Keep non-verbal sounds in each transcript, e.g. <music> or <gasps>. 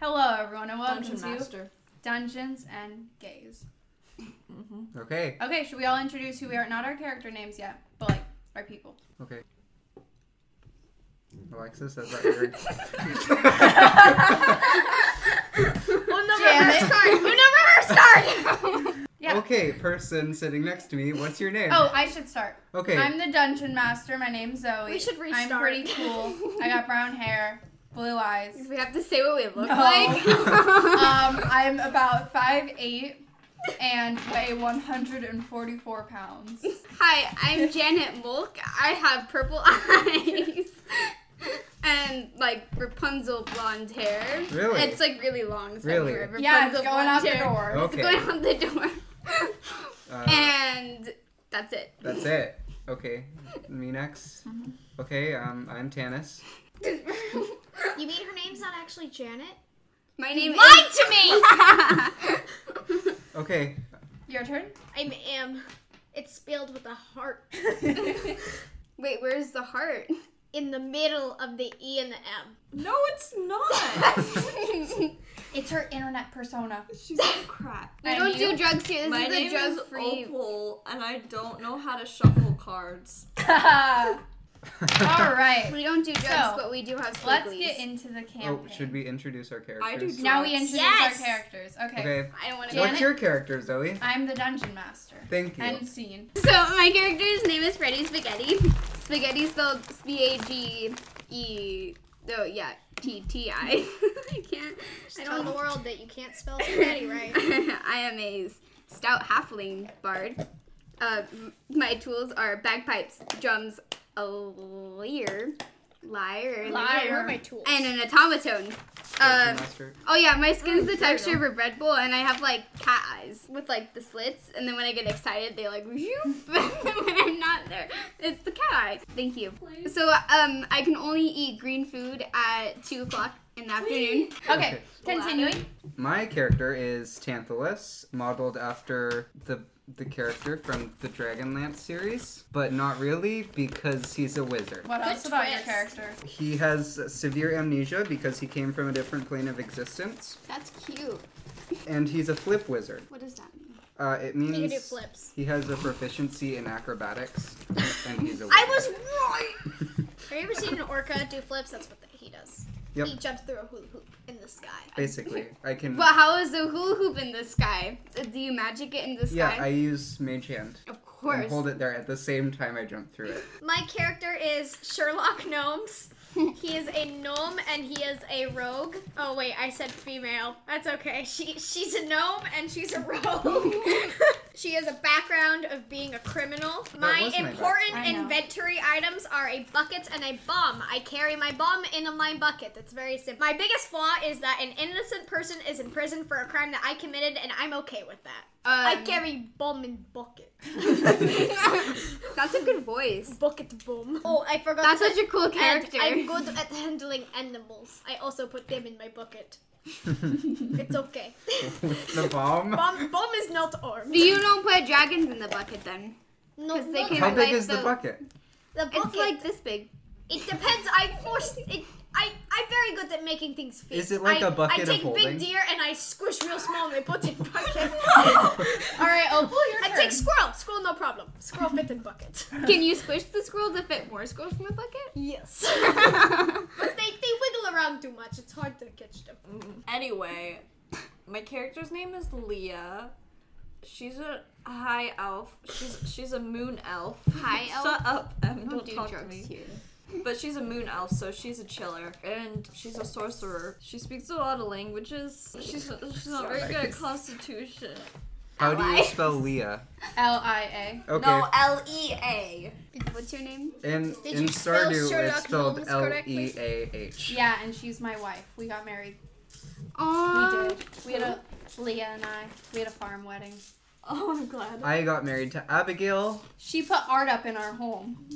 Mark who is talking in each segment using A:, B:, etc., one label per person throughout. A: Hello, everyone, and welcome
B: Dungeon
A: to
B: Master.
A: Dungeons and Gays.
C: Okay.
A: Okay, should we all introduce who we are? Not our character names yet, but like our people.
C: Okay. Alexis, that's
B: <laughs>
C: not weird.
B: <laughs> Well, no,
A: Damn it.
B: You never
A: Yeah.
C: Okay, person sitting next to me, what's your name?
A: Oh, I should start.
C: okay.
A: I'm the Dungeon Master. My name's Zoe.
D: We should restart.
A: I'm pretty cool. I got brown hair, blue eyes. <laughs>
D: We have to say what we look
A: No. <laughs>
D: like. Uh,
A: Um, I'm about 5'8 and weigh 144 pounds.
D: Hi, I'm Janet Mulk. I have purple <laughs> eyes and like Rapunzel blonde hair.
C: Really?
D: It's like really long. It's
C: Really?
D: Like Rapunzel
A: Yeah, it's going
D: blonde
A: out the
D: hair.
A: door.
C: Okay.
D: It's going out the door.
C: uh,
D: and that's it.
C: that's it. Okay. Me next.
A: Mm-hmm.
C: Okay, um, I'm Tanis.
E: You mean her name's not actually Janet?
D: <laughs> My name
E: Lied
D: is <laughs>
E: to <laughs> me!
C: Okay.
A: Your turn?
E: I am. It's spelled with a heart
D: Wait, where's
A: <laughs>
D: the heart? <laughs>
E: in the middle of the E and the M.
B: No, it's
D: <laughs>
B: not.
A: It's her internet persona.
B: She's a crap.
D: We
A: And
D: don't
A: you-
D: do drugs here. This
B: My
D: is a
B: name is
D: drug-free.
B: Opal, and I don't know how to shuffle cards.
A: <laughs> all
C: <laughs>
A: right. <laughs>
D: We don't do drugs,
A: So,
D: but we do have.
A: Let's
D: squigglies.
A: get into the campaign.
C: Oh, should we introduce our characters?
B: I do drugs.
A: Now we introduce
E: Yes!
A: our characters. Okay.
C: Okay.
D: I don't want to.
A: Janet-
C: What's your character, Zoe?
A: I'm the dungeon master.
C: Thank you.
A: End
C: <laughs>
A: scene.
D: So my character's name is Freddy Spaghetti. Spaghetti spelled B A G E. Oh yeah, T T I. <laughs> I can't.
E: Just
D: I
E: tell
D: don't
E: the
D: know.
E: world that you can't <laughs> spell
D: <laughs>
E: spaghetti right.
D: I am a stout halfling bard. Uh, m- my tools are bagpipes, drums, a lyre, lyre,
E: Where are my tools?
D: and an automaton.
A: uh,
D: Um,
C: Dungeon Master.
D: Oh yeah, my skin's the texture of a Red Bull, and I have like cat eyes with like the slits, and then when I get excited, they like <laughs> whoop. and when I'm not there, it's the cat eye. Thank you. So um, I can only eat green food at two o'clock in the afternoon.
A: Okay.
C: Okay.
A: Continuing.
C: My character is Tantalus, modeled after the the character from the Dragonlance series, but not really because he's a wizard.
A: What
E: Good
A: else about your
E: twist.
A: character?
C: He has severe amnesia because he came from a different plane of existence,
D: That's cute.
C: and he's a flip wizard.
D: What does that mean?
C: Uh, it
E: You
C: means
E: can do flips.
C: he has a proficiency in acrobatics, and he's a wizard.
E: I was right! Have you ever seen an orca do flips? That's what he does.
C: Yep.
E: He jumps through a hula hoop in the sky.
C: <laughs> basically. I can.
D: Well, how is the hula hoop in the sky? Do you magic it in the
C: yeah,
D: sky?
C: I use mage hand
D: of course.
C: and hold it there at the same time I jump through it.
E: My character is Sherlock Gnomes. He is a gnome and he is a rogue. Oh wait, I said female. That's okay. She she's a gnome and she's a <laughs> rogue. she has a background of being a criminal. My
C: was my
A: background.
E: important
A: I know.
E: inventory items are a bucket and a bomb. I carry my bomb in my bucket. That's very simple. My biggest flaw is that an innocent person is in prison for a crime that I committed and I'm okay with that. I
D: Um,
E: carry bomb in bucket.
D: That's a good voice.
E: Bucket bomb. Oh, I forgot
D: That's
E: to-
D: such a cool
E: and
D: character.
E: <laughs> I'm good at handling animals. I also put them in my <laughs> bucket. It's okay.
C: With the bomb.
E: bomb, bomb is not armed.
D: Do you don't put dragons in the bucket then?
E: No,
D: 'Cause they
E: no,
D: can-
C: How big
D: like
C: is the,
D: the-
C: bucket?
E: the bucket.
D: It's like this big.
E: it depends. I force it. I, I'm very good at making things fit.
C: Is it like
E: a
C: a bucket
E: I
C: of
E: take
C: holding?
E: big deer and I squish real small and I put <laughs> in bucket.
A: All right, oh, Opal, your
E: I
A: turn.
E: take squirrel. Squirrel, no problem. Squirrel fit in bucket.
D: Can you squish the squirrel to fit more squirrels in the bucket?
E: Yes. <laughs> but they, they wiggle around too much. It's hard to catch them.
B: Anyway, my character's name is Leah. She's a high elf. She's she's a moon elf.
D: High
B: <laughs>
D: elf?
B: Shut up, Em.
D: We
B: Don't,
D: do
B: talk to
D: Oh, drugs
B: me.
D: here.
B: But she's a moon elf, so she's a chiller, and she's a sorcerer. She speaks a lot of languages. She's she's not very good at constitution.
C: How do you
D: Ally.
C: spell Leah?
A: L I A.
C: Okay.
B: L E A.
D: What's your name?
C: In
E: Did
C: in
E: you spell
C: Stardew, it's
E: Sherlock
C: spelled
E: Holmes
C: L
E: correctly?
C: E A H.
A: Yeah, and she's my wife. We got married.
D: Oh,
A: we did. We had a Leah and I. We had a farm wedding.
B: Oh, I'm glad.
C: I got married to Abigail.
A: She put art up in our home.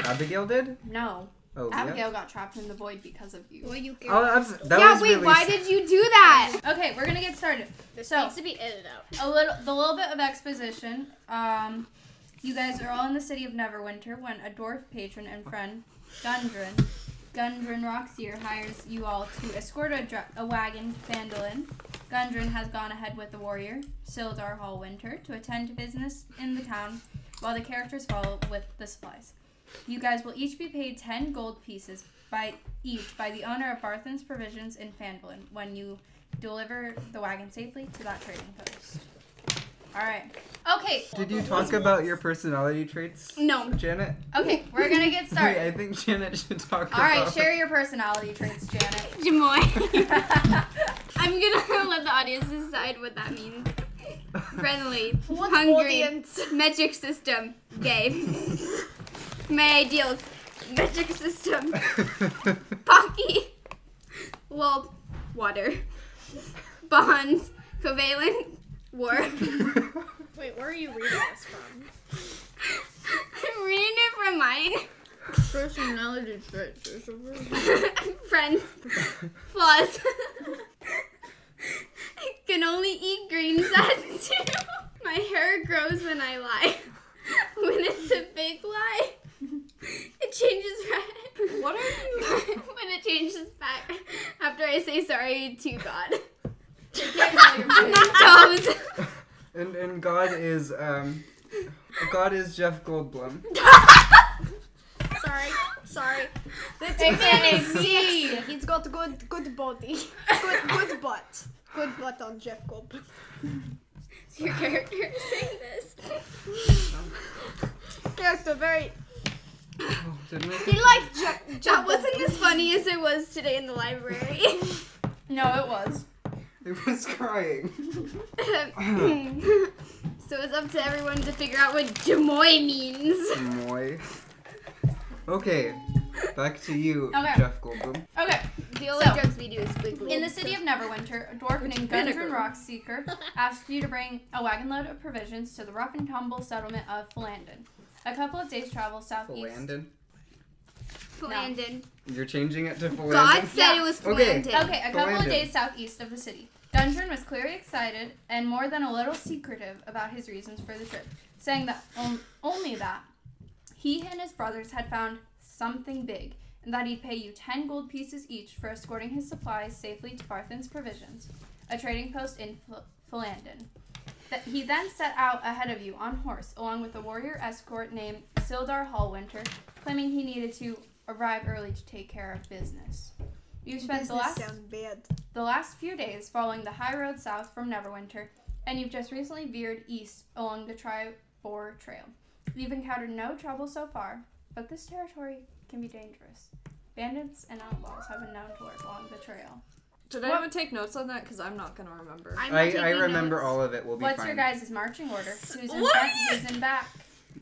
C: Abigail did?
A: No,
C: Oh, Leah.
A: Abigail got trapped in the void because of you.
E: you can.
C: Oh, that's, that
D: yeah.
C: was
D: Wait,
C: really
D: why
C: s-
D: did you do that?
A: Okay, we're gonna get started.
E: This
A: So-
E: needs to be edited out.
A: a little the little bit of exposition. Um, you guys are all in the city of Neverwinter when a dwarf patron and friend, Gundren, Gundren Roxier hires you all to escort a, dra- a wagon to Fandolin. Gundren has gone ahead with the warrior, Sildar Hallwinter, to attend to business in the town, while the characters follow with the supplies. You guys will each be paid 10 gold pieces by each by the owner of Barthen's Provisions in Fandolin when you deliver the wagon safely to that trading post. All right.
D: Okay.
C: Did you talk about your personality traits,
D: No.
C: Janet?
A: Okay, we're going to
C: <laughs>
A: get started.
C: Wait, I think Janet should talk
A: All right,
C: about <laughs>
A: share your personality traits, Janet.
D: <laughs> Jamoy. I'm gonna <laughs> let the audience decide what that means. Friendly, hungry, metric system, gay. <laughs> My ideals, metric system, Pocky, well, water, bonds, covalent, war.
E: Wait, where are you reading this from?
D: I'm reading it from mine.
E: Personality traits.
D: <laughs> Friends, flaws. Can only eat green sand too. My hair grows when I lie. When it's a big lie, it changes red.
B: What are you?
D: when it changes back after I say sorry to God. <laughs> Toes.
C: <laughs> and and God is um, God is Jeff Goldblum.
E: Sorry, sorry. He's got good, good <laughs> body. Good, good butt. Good butt on Jeff Goldblum.
D: Your character saying this.
E: Character very.
C: Oh, didn't we? <laughs>
D: He liked Jeff. That wasn't as funny as it was today in the <laughs> library.
A: No, it was.
C: It was crying.
D: so it's up to everyone to figure out what Jamoy means.
C: Moy. Okay, back to you,
A: Okay.
C: Jeff Goldblum.
A: Okay.
D: The only
A: So-
D: drugs we do is squiggly.
A: In the city of Neverwinter, a dwarf named
D: vinegar.
A: Gundren Rockseeker asked you to bring a wagon load of provisions to the rough and tumble settlement of Philandon. A couple of days' travel southeast.
C: Philandon.
D: Flandin.
C: You're changing it to Philandon.
D: God said
A: Yeah.
D: it was
C: Okay.
D: Flandin.
A: Okay, a couple
C: Philandon.
A: of days southeast of the city. Gundren was clearly excited and more than a little secretive about his reasons for the trip, saying that on- only that he and his brothers had found something big and that he'd pay you 10 gold pieces each for escorting his supplies safely to Barthen's Provisions, a trading post in Phil- Philandon. That he then set out ahead of you on horse, along with a warrior escort named Sildar Hallwinter, claiming he needed to arrive early to take care of business. You spent the last
E: bad.
A: the last few days following the high road south from Neverwinter, and you've just recently veered east along the Tribor Trail. You've encountered no trouble so far, but this territory can be dangerous. Bandits and outlaws have been known to lurk along the trail.
B: Did
A: What?
B: anyone take notes on that? Because I'm not gonna remember.
D: I'm not
C: I,
D: taking
C: I remember
D: notes.
C: all of it. We'll be
A: What's
C: fine.
A: your guys' marching order? Who's in
B: What?
A: front? Who's in back?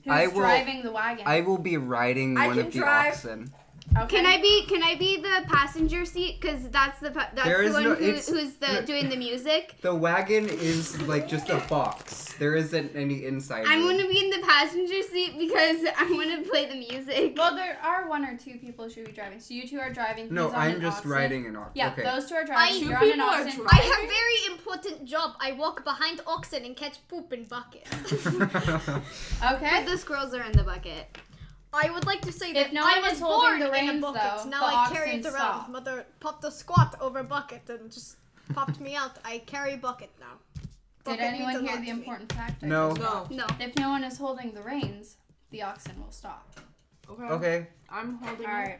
A: Who's
C: I will-
A: driving the wagon?
C: I will be riding
B: I
C: one
B: can
C: of the
B: drive.
C: oxen.
A: okay.
D: Can I be can I be the passenger seat? Cause that's the pa- that's
C: There
D: the
C: is
D: one
C: no-
D: who,
C: it's-
D: who's the
C: no.
D: doing the
C: <laughs>
D: music.
C: The wagon is like just a box. There isn't any inside.
D: I'm
C: room.
D: gonna be in the passenger seat because <laughs> I want to play the music.
A: Well, there are one or two people who should be driving. So you two are driving.
C: No,
A: he's on
C: I'm
A: an
C: just
A: oxen.
C: riding an ox.
A: Yeah,
C: okay.
A: those two are driving.
E: Two
A: You're on an
B: people are
A: oxen.
B: driving.
E: I have very important job. I walk behind oxen and catch poop in buckets.
A: <laughs> Okay.
D: But the squirrels are in the bucket.
E: I would like to say
A: If
E: that
A: no
E: I
A: one
E: was
A: is holding
E: born
A: the
E: in a
A: reins,
E: bucket.
A: though,
E: now
A: the
E: I carry it
A: oxen
E: around.
A: stop.
E: Mother popped a squat over bucket and just popped me out. I carry bucket now.
A: Did
E: Bucket means
A: anyone
E: a
A: hear
E: lot
A: the
E: to me.
A: important fact? I
C: <laughs> No.
A: just dropped?
E: <laughs>
D: No.
A: If no one is holding the reins, the oxen will stop.
B: Okay.
C: okay.
B: I'm holding.
A: All
B: <laughs>
A: right.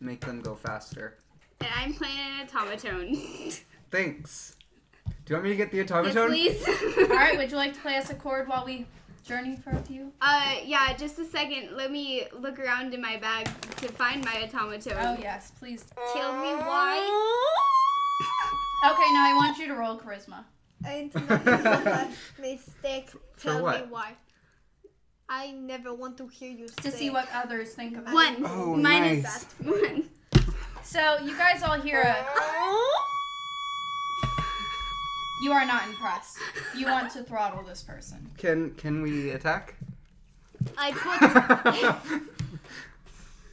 C: Make them go faster.
D: And I'm playing an automaton. <laughs>
C: Thanks. Do you want me to get the
D: yes,
C: automaton?
D: please.
A: All right. Would you like to play us a chord while we journey for a few?
D: Uh, yeah. Just a second. Let me look around in my bag to find my automaton.
A: Oh yes, please. Okay.
D: Tell me why.
A: Now I want you to roll charisma.
E: I <laughs> never mistake. Tell me
C: what?
E: why. I never want to hear you
A: To
E: say
A: see what others think of it.
D: One
C: Oh,
D: minus
C: nice.
D: one. <laughs>
A: So you guys all hear a. You are not impressed. You want to throttle this person.
C: Can can
A: <laughs>
C: we attack? <laughs>
E: I put.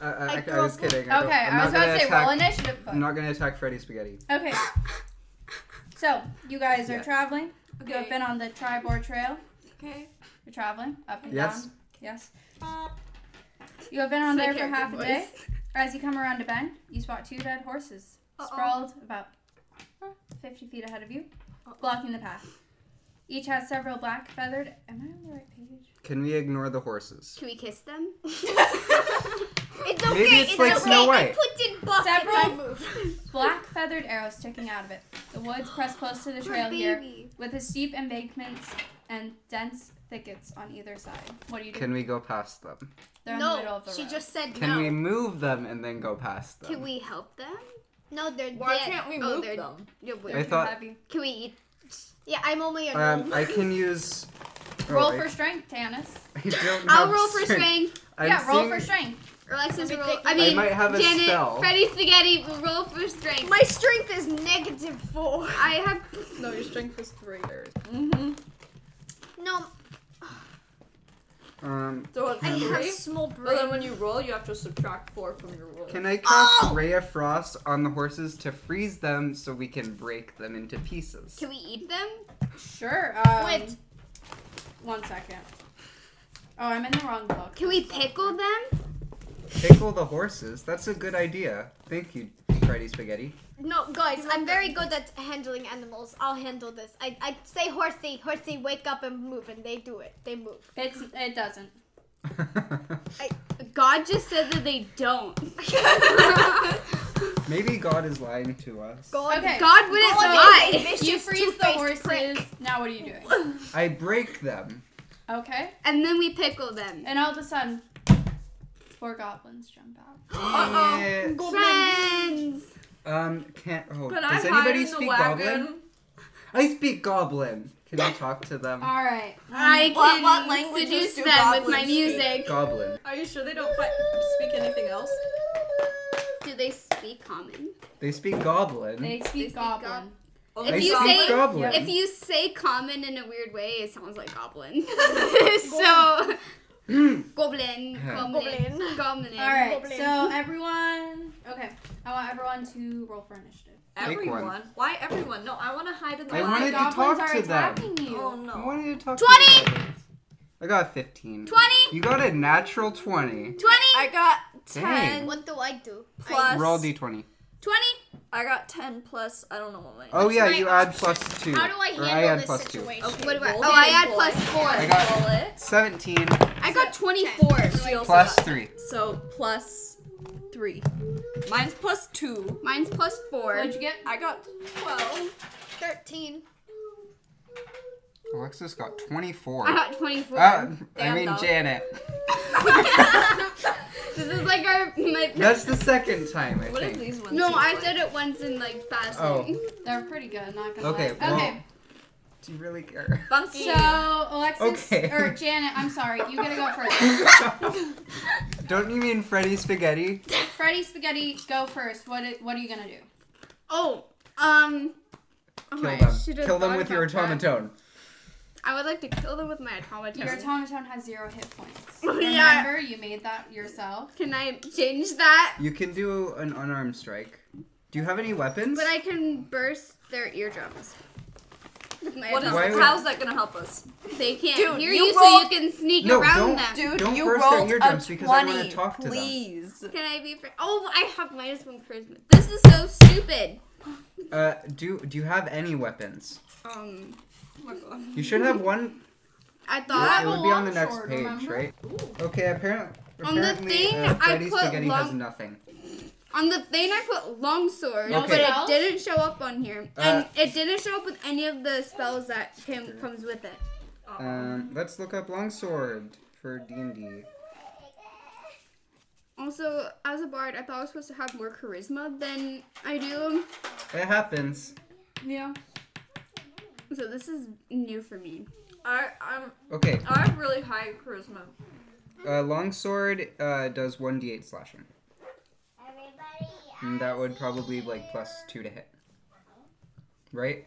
C: I, I, I, I was kidding. I
A: Okay,
C: don't-
A: I
C: not
A: was about
C: gonna
A: to say
C: attack-
A: roll initiative. But...
C: I'm not gonna attack Freddy Spaghetti.
A: Okay. So you guys are
C: Yeah.
A: traveling. You have
B: Okay.
A: been on the Tribor Trail.
B: Okay.
A: You're traveling up and
C: Yes.
A: down. Yes. You have been on
D: My
A: there for
D: character
A: half a day.
D: voice.
A: As you come around a bend, you spot two dead horses
B: Uh-oh.
A: sprawled about uh, 50 feet ahead of you, blocking the path. Each has several black feathered. Am I on the right page?
C: Can we ignore the horses?
D: Can we kiss them?
E: It's okay.
C: Maybe it's like
E: okay.
C: Snow
E: I
C: White.
E: put in buckets.
A: Several-
E: I moved.
A: Black feathered arrows sticking out of it. The woods press close to the trail here, with the steep embankments and dense thickets on either side. What do you do?
C: Can we go past them?
A: They're in the middle
D: No,
A: of the
D: she
A: road.
D: just said
C: Can
D: no.
C: we move them and then go past them?
D: Can we help them?
E: No, they're
B: Why
E: dead.
B: can't we
D: Oh,
B: move
D: they're-
B: them?
D: Yeah,
A: They're
D: wait.
C: I
A: too
C: thought-
A: heavy.
D: Can we eat?
E: Yeah, I'm only a
C: Um,
E: gnome.
C: I can use. oh,
A: Roll
C: <laughs> I-
A: for strength, Tannis.
C: I don't
D: I'll
C: have
D: roll for strength.
C: I'm
A: yeah, roll
C: seeing-
A: for strength.
D: Alexis
E: Let me
D: roll.
E: think.
D: I mean,
C: might have a
D: Janet,
C: spell.
D: Freddy Spaghetti will roll for strength.
E: My strength is negative four.
D: I have.
B: No, your strength is three.
E: No,
C: Um,
B: So what,
E: I have
B: three?
E: small
B: But then
E: brain.
B: when you roll, you have to subtract four from your roll.
C: can I cast
D: Oh!
C: Ray of Frost on the horses to freeze them so we can break them into pieces?
D: Can we eat them?
A: Sure. Um,
E: Wait.
A: One second. Oh, I'm in the wrong book.
D: Can we pickle them?
C: Pickle the horses. That's a good idea. Thank you, Freddy Spaghetti. <laughs>
E: No, guys, I'm very good at handling animals. I'll handle this. I, I say horsey, horsey, wake up and move, and they do it. They move.
A: It's it doesn't.
D: God just said that they don't.
C: Maybe God is lying to us.
E: God,
A: Okay.
D: God wouldn't
E: God
D: lie.
E: is a vicious
A: You freeze the
E: two-faced
A: horses.
E: prick.
A: Now what are you doing?
C: I break them.
A: Okay.
D: And then we pickle them.
A: And all of a sudden, four goblins jump out.
C: Yeah.
D: Friends.
C: Um, can't. Oh,
B: But
C: does
B: I'm
C: anybody
B: hiding in the
C: speak
B: wagon.
C: goblin? I speak goblin. Can I talk to them?
A: All right.
D: I
B: Um, What-
D: can
B: what languages
D: seduce
B: do
D: them with my
B: goblins speak?
D: music.
C: Goblin.
B: Are you sure they don't fi- speak anything else?
D: Do they speak common?
C: They speak goblin.
A: They speak
D: speak
A: goblin.
D: gob-
B: Only
C: I
D: If you
C: speak
D: say-
C: goblin.
D: If you say common in a weird way, it sounds like goblin. <laughs>
C: <laughs>
D: so goblin, goblin,
E: Goblin.
D: goblin.
A: all right.
E: Goblin.
A: So everyone. Okay. I want everyone to roll for initiative.
C: Make one.
B: everyone. Why everyone? No, I want to hide in the
C: <clears throat> I
B: wagon.
C: wanted
A: The
C: to
A: goblins
C: talk
A: are
C: to them.
A: attacking you.
B: Oh
C: I
B: no.
C: wanted to talk.
D: 20!
C: To you about it. I got fifteen.
D: 20,
C: You got a natural twenty.
D: 20,
B: I got
C: Dang.
B: ten
E: What do I do?
B: plus.
C: Roll d twenty.
D: 20.
B: I got ten plus. I don't know what my.
C: Oh yeah,
E: my
C: you add plus two.
E: How do I
C: or
E: handle
C: I add
E: this
C: plus two.
E: situation?
B: Okay,
D: What do I?
B: roll
D: Oh, I
B: it,
D: add
B: roll
D: plus
B: it.
D: four.
C: I got-
B: Roll it.
C: Seventeen
D: I got 24.
B: She also
C: plus
B: got-
C: three.
B: So plus three. Mine's plus two.
D: Mine's plus four.
A: What'd you get?
B: I got twelve.
E: Thirteen.
C: Alexis got twenty-four.
D: I got 24.
C: Ah, I
B: Damn,
C: mean
B: though.
C: Janet.
D: <laughs> this is like our my.
C: <laughs> That's the second time I
B: What if
C: think.
B: these ones?
D: no,
B: seem
D: I
B: like-
D: said it once in like passing.
C: Oh.
A: They're pretty good. Not gonna
C: Okay.
A: lie.
C: Well,
A: Okay.
C: Do you really
D: <laughs>
C: care?
B: Bunky.
A: So Alexis
C: Okay.
A: or Janet, I'm sorry. You gotta go
C: <laughs>
A: first.
C: Don't you mean Freddy Spaghetti?
A: Freddy Spaghetti, go first. What i- What are you gonna do?
D: Oh, um. Oh,
C: Kill
D: I
C: them.
D: should've
C: Kill them
D: thought
C: with your
D: about that.
C: automaton.
D: I would like to kill them with my automaton.
A: Your automaton has zero hit
C: <laughs>
A: points.
D: Oh,
A: Remember,
D: yeah.
A: you made that yourself.
D: Can I change that?
C: You can do an unarmed strike. Do you have any weapons?
D: But I can burst their eardrums. With my
B: What is,
C: Why
D: automaton.
C: would-
B: how's that gonna help us?
D: They can't
B: Dude,
D: hear
B: you
D: you, so you
B: rolled-
D: can sneak
C: No,
D: around
C: don't
D: them.
C: do-
B: Dude,
C: Don't
B: you
C: burst their
B: rolled
C: eardrums
B: a
C: because I wanna
B: 20,
C: talk to them.
B: please.
D: Can I be? Fr- oh, I have minus one charisma. This is so stupid.
C: uh, do do you have any weapons?
D: Um, oh my God.
C: You should have one.
D: I
C: It
D: thought
C: would be on the
A: Long
C: next
A: sword,
C: page,
A: remember?
C: right? Okay, apparent,
D: On the
C: apparently
D: thing,
C: uh,
D: I
C: Freddy
D: put
C: Spaghetti has
D: long-
C: nothing.
D: on the thing I put longsword,
C: No
D: but
A: spells?
D: it didn't show up on here,
C: Uh,
D: and it didn't show up with any of the spells that came comes with it.
C: Um, let's look up longsword for D and D.
D: Also, as a bard, I thought I was supposed to have more charisma than I do.
C: It happens.
A: Yeah.
D: So this is new for me.
B: I, I'm,
C: Okay,
B: I have really high charisma.
C: uh, longsword uh, does one d8 slashing. And that would probably like plus two to hit, right?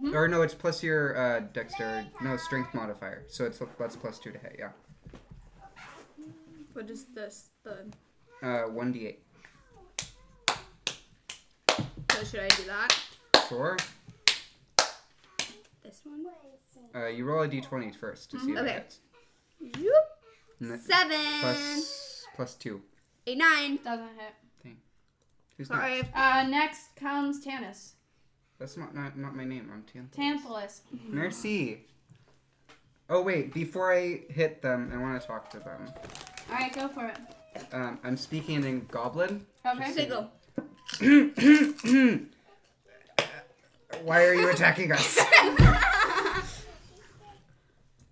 D: Mm-hmm.
C: Or no, it's plus your uh, dexterity, no strength modifier. So it's that's plus two to hit. Yeah,
D: What is this? The
C: uh, one d8.
D: so should I do that?
C: Sure.
D: This one?
C: Uh, you roll a d20 first to see if
D: Mhm.
C: it
D: Okay.
C: hits.
D: Yoop.
C: And that-
D: Seven.
C: Plus plus two.
D: A nine.
A: Doesn't hit.
C: Who's
D: Sorry.
C: next?
A: Uh, next comes Tanis.
C: That's not, not not my name. I'm Tantalus.
A: Tantalus.
C: Mercy. Oh wait, before I hit them, I want to talk to them.
A: All right, go for it.
C: Um, I'm speaking in Goblin.
A: Okay.
C: <coughs>
D: Sickle.
C: Why are you attacking
B: <laughs>
C: us?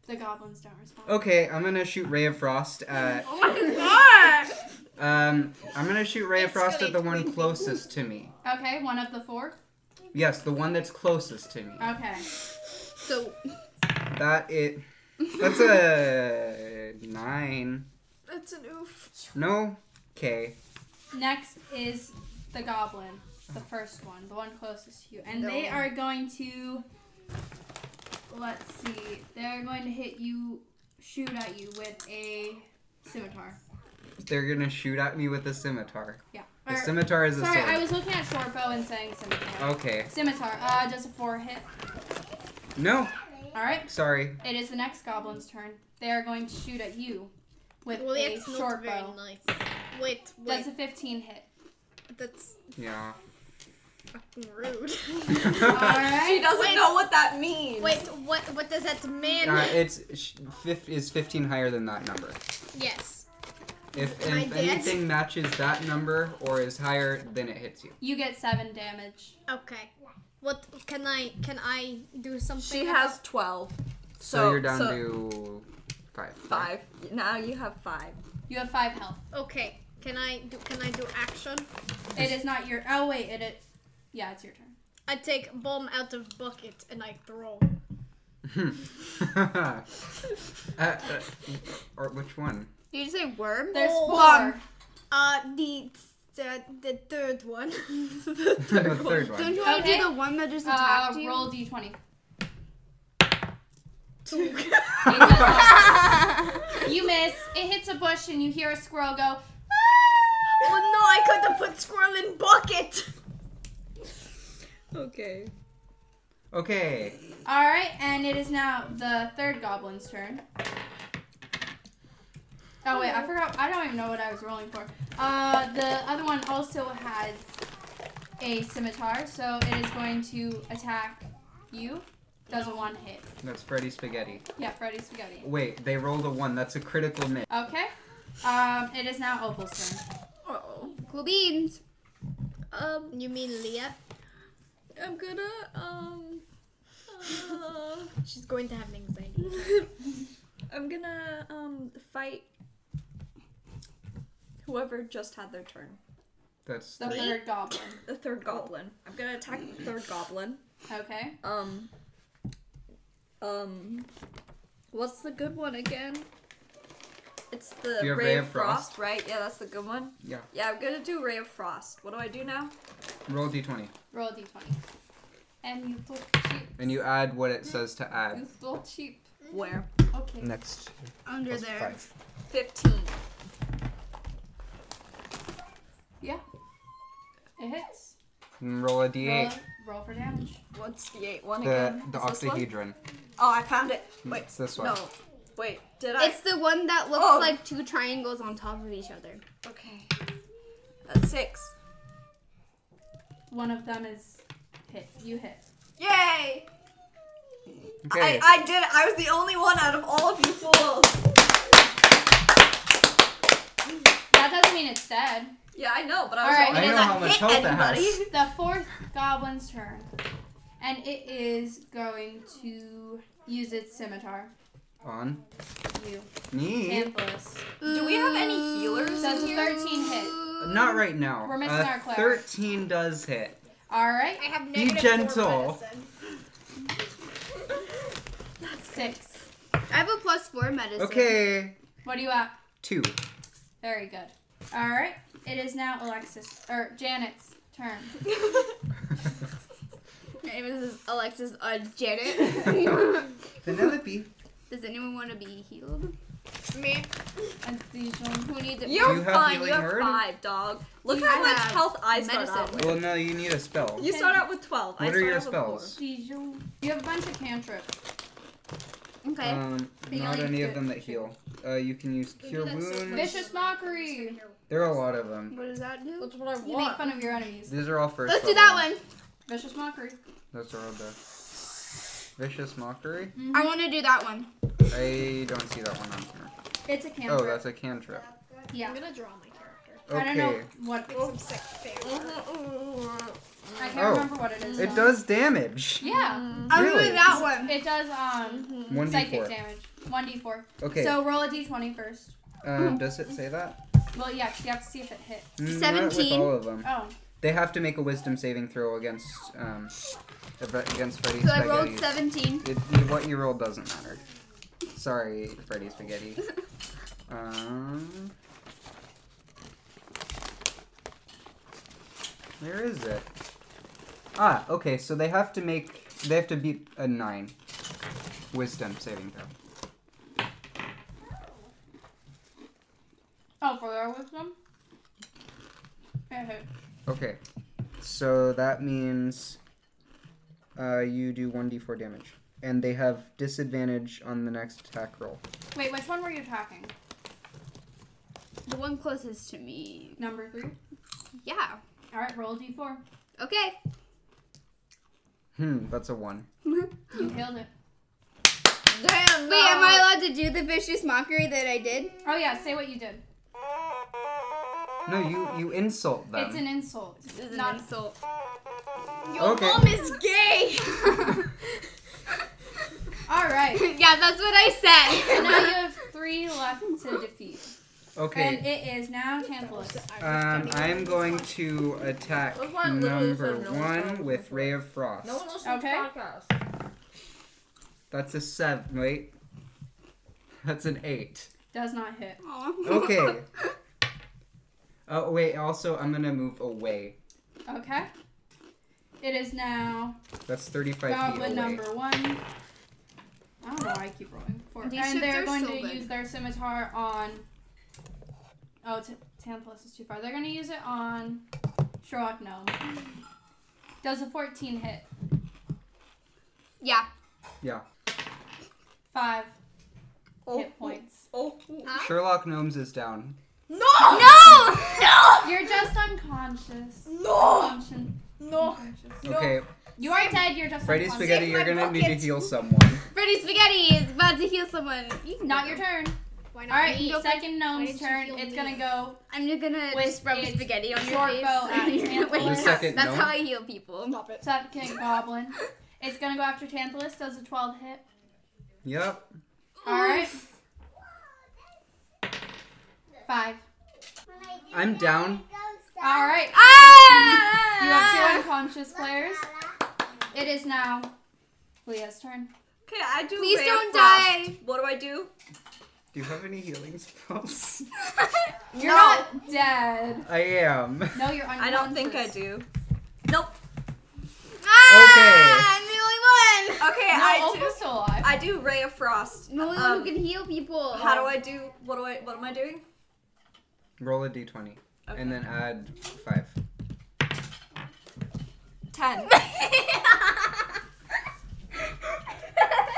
A: The goblins don't respond.
C: Okay, I'm gonna shoot Ray of Frost at.
B: Oh my god!
C: Um, I'm gonna shoot Ray of Frost at the one closest to me.
A: Okay, one of the four.
C: Yes, the one that's closest to me.
A: Okay.
D: So
C: That it. That's a nine.
B: That's an oof.
C: No. Okay.
A: Next is the goblin, the first one, the one closest to you, and they are going to. Let's see. They're going to hit you, shoot at you with a scimitar.
C: They're gonna shoot at me with a scimitar.
A: Yeah.
C: The
A: Or-
C: scimitar is a
A: sorry,
C: sword.
A: I was looking at short bow and saying scimitar.
C: Okay.
A: Scimitar. Uh, does a four hit?
C: No.
A: All right.
C: Sorry.
A: It is the next goblin's turn. They are going to shoot at you with
E: Well,
A: a
E: that's not
A: short
E: very
A: bow.
E: nice. Wait, wait.
A: Does a 15
E: <laughs>
A: hit?
E: That's
C: Yeah.
E: fucking
A: <laughs>
E: rude.
A: All right.
C: <laughs>
B: She doesn't
E: Wait.
B: know what that means.
E: wait, what What does that mean?
C: Uh, it's sh- fif- is 15 higher than that number.
E: yes.
C: If,
E: Am I
C: if
E: dead?
C: anything matches that number or is higher, then it hits you.
A: You get seven damage.
E: Okay. What can I can I do something?
B: She has 12.
C: So, you're down to five. right?
B: Five. Now you have
E: <laughs>
B: five.
A: You have five health.
E: about- Okay. Can I do can I do action?
A: It is not your. Oh wait, it is. Yeah, it's your turn.
E: I take bomb out of bucket and I throw.
C: <laughs> uh, uh, or which one? <laughs>
D: you just say worm.
A: There's
E: Oh,
A: four.
E: one. Uh the the, the third one. <laughs> the
C: the third
D: Don't
C: one. <laughs>
D: <laughs> you want to
A: Okay.
D: do the one that just
A: Uh,
D: attacked you?
A: roll d20.
E: Two.
A: It
B: Oh,
A: does- <laughs> you miss. It hits a bush and you hear a squirrel go. "Ah!"
E: well, no, I could have put squirrel in bucket.
B: Okay.
C: Okay.
A: All right, and it is now the third goblin's turn. Oh wait, I forgot. I don't even know what I was rolling for. Uh, the other one also has a scimitar, so it is going to attack you. Does a one hit?
C: That's Freddy Spaghetti.
A: Yeah, Freddy Spaghetti.
C: Wait, they rolled a one. That's a critical miss.
A: Okay. Um, it is now Opal's turn.
B: Oh.
D: Cool beans.
E: Um, you mean Leah?
B: I'm gonna, um. Uh,
E: She's going to have anxiety.
B: <laughs> I'm gonna, um, fight whoever just had their turn.
C: That's
A: The
C: three.
A: third goblin.
B: The third goblin. I'm gonna attack the third goblin.
A: Okay.
B: Um. Um. What's the good one again? It's the
C: You
B: Ray,
C: have Ray
B: of
C: of
B: Frost,
C: Frost?
B: right? Yeah, that's the good one.
C: Yeah.
B: Yeah, I'm gonna do Ray of Frost. What do I do now?
C: Roll d20.
A: Roll a d20. And you look cheap.
C: And you add what it says to
A: You
C: add.
A: stole cheap.
B: Where?
A: Okay.
C: Next.
D: Under there.
B: 15.
A: It hits.
C: Roll a
A: Roll,
C: d8.
A: roll for damage.
B: What's the 8 one
C: The,
B: again?
C: the
B: Is this one?
C: octahedron. Hmm,
B: Oh, I found it. Wait.
C: It's this one.
B: No. Wait, did I?
D: It's the one that looks
B: Oh.
D: like two triangles on top of each other.
B: Okay. That's 6.
A: One of them is hit. You hit.
B: Yay!
C: Okay.
B: I, I did it. I was the only one out of all of you fools.
A: That doesn't mean it's dead.
B: Yeah, I know, but I was
A: Alright,
B: the
A: it
B: only
A: is-
B: one
A: I
C: know how much
B: that hit
C: health that has.
B: anybody.
A: The fourth goblin's turn. And it is going to use its scimitar.
C: On
A: You.
C: me.
A: Tantalus.
B: Do we have any healers?
A: Does a 13 hit.
C: Not right now.
A: We're missing
C: Uh,
A: our cleric.
C: 13 does hit.
A: Alright.
E: I have
C: Be
E: negative
C: gentle.
E: Four medicine.
A: Six.
D: I have a plus four medicine.
C: Okay.
A: What do you at?
C: Two.
A: Very good. All right. It is now Alexis or Janet's turn.
D: My name is Alexis uh,
C: <laughs>
D: Janet.
C: Penelope.
D: Does anyone want to be healed?
E: Me.
A: As usual.
D: Who needs it?
B: You're
C: Do you have
B: fine. You
C: healing
B: have
C: word?
B: five, dog. Look
D: You
B: how much
D: have
B: health I start
D: medicine.
B: out with.
C: Well, no, you need a spell.
B: You start out with twelve. I
C: What are
B: start
C: your
B: out with four.
C: spells?
A: Dijon. You have a bunch of cantrips.
D: Okay.
C: Um, not
A: Healing
C: any of
A: to-
C: them that heal. Uh, you can use cure wounds.
A: Vicious mockery.
C: There are a lot of them.
D: what does that do?
B: That's what I
A: You make
B: want.
A: fun of your enemies.
C: These are all first.
D: Let's do
C: level.
D: that one.
A: Vicious mockery.
C: Those are all the vicious mockery.
D: I want to do that one.
C: I don't see that one on here.
A: It's a
C: Oh,
A: cantrip.
C: that's a cantrip.
A: yeah.
E: I'm gonna draw my character.
A: I don't know
C: Okay.
A: what
E: Make
B: Oh.
E: some sick favor.
A: Uh-huh. I can't
C: Oh.
A: remember what it is.
C: It
A: though.
C: does damage.
A: Yeah.
D: I'm
C: Really?
D: doing that one.
A: It does um
C: One d
A: psychic
C: four.
A: damage. One d four.
C: Okay.
A: So roll a d twenty first.
D: mm-hmm.
C: um, does it say that?
A: Well, yeah, 'cause you have to see if it hit.
C: Mm, Not with
D: 17.
C: all of them.
A: Oh,
C: They have to make a wisdom saving throw against um against Freddy
D: So I rolled
C: Spaghetti.
D: 17.
C: It, you- what you roll doesn't matter. Sorry, Freddy
A: <laughs>
C: Spaghetti. Um, where is it? Ah, okay. So they have to make. They have to beat a nine. Wisdom saving throw.
A: oh, for their wisdom. It hit.
C: Okay. So that means uh, you do one d4 damage, and they have disadvantage on the next attack roll.
A: Wait, which one were you attacking?
D: The one closest to me.
A: Number three.
D: Yeah.
A: All right, roll a d four.
D: Okay.
C: Hmm, that's a one.
A: You killed it.
B: Damn.
D: Wait, am I allowed to do the vicious mockery that I did?
A: Oh yeah, say what you did.
C: No, you you insult them.
A: It's an insult.
D: This is
A: Not
D: an insult.
E: Your
C: Okay.
E: mom is gay.
A: all right.
D: <laughs> yeah, that's what I
A: So now you
D: said.
A: have three left to defeat,
C: okay.
A: and it is now Tantalus.
C: Um, I'm going to attack
B: That's why I literally
C: number
B: said no
C: one
B: problem
C: with
B: before.
C: Ray of Frost.
B: No one listens
A: Okay.
B: to podcasts.
C: That's a seven. Wait. That's an
B: <laughs>
C: eight.
A: Does not hit.
C: Okay. oh, wait. Also, I'm going to move away.
A: Okay. It is now
C: That's 35 feet away.
A: goblin number one. I don't know why I keep rolling four.
D: These
A: and
D: ships
A: they're
D: are
A: going
D: so
A: to
D: big.
A: use their scimitar on. Oh, t- Tantalus is too far. They're going to use it on Sherlock Gnome. Does a 14 hit?
D: yeah.
A: Five
B: Oh,
A: hit points.
B: oh, oh.
C: Sherlock Gnomes is down.
B: No!
D: No!
B: No!
A: You're just unconscious.
B: No!
A: Unconscious.
B: No! No.
C: Okay.
A: You are dead. You're just
C: Freddy
A: unconscious.
C: Spaghetti,
E: Save
C: you're
E: my
C: going to need to
E: bucket.
C: heal someone.
D: Freddy Spaghetti is about to heal someone. You can
A: Not
D: go.
A: your turn.
E: Why
A: All right,
E: me?
A: second gnome's
E: didn't you
A: turn.
E: heal
A: It's
E: me?
A: gonna go.
D: I'm just gonna
A: With
D: just rub
A: its
D: spaghetti on your
A: short
D: face. <laughs>
A: bow at its
D: Wait,
A: antlers.
C: The second
D: that's
C: gnome?
D: how I heal people.
E: Stop it.
A: Second goblin. It's gonna go after Tantalus. Does a 12 hit?
C: Yep.
A: All right. Five.
C: I'm down.
A: All right. You have two
D: Ah!
A: unconscious players. It is now Leah's turn.
B: Okay, I do.
D: Please
B: Ray
D: don't
B: of Frost.
D: die.
B: What do I do?
C: Do you have any healing spells? <laughs>
A: You're not dead.
C: I am.
A: No, you're unconscious.
B: I don't think I do. Nope.
D: Ah, I'm the only
B: Okay,
A: No,
B: I do.
A: Opal's still alive.
B: I do Ray of Frost.
D: one. I'm the only
B: Um,
D: one who can heal people.
B: How
D: <laughs>
B: do I do? What do I? What am I doing?
C: Roll a d20
B: Okay.
C: and then add five.
B: ten.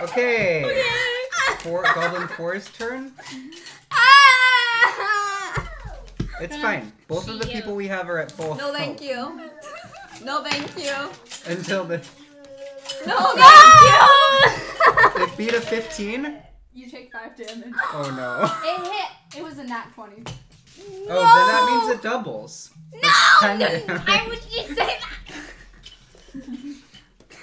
C: Okay. For, Goblin Four's turn.
D: Ah!
C: It's fine. Both of the people we have are at full.
B: No, thank
C: health
B: you. No, thank you.
C: Until the
B: No, thank
C: it beat a 15.
A: You take five damage.
C: Oh no.
A: It hit. It was a nat 20.
C: <laughs> Oh, then that means it doubles.
D: No!
C: It's kinda-
D: <laughs> I wish you say that.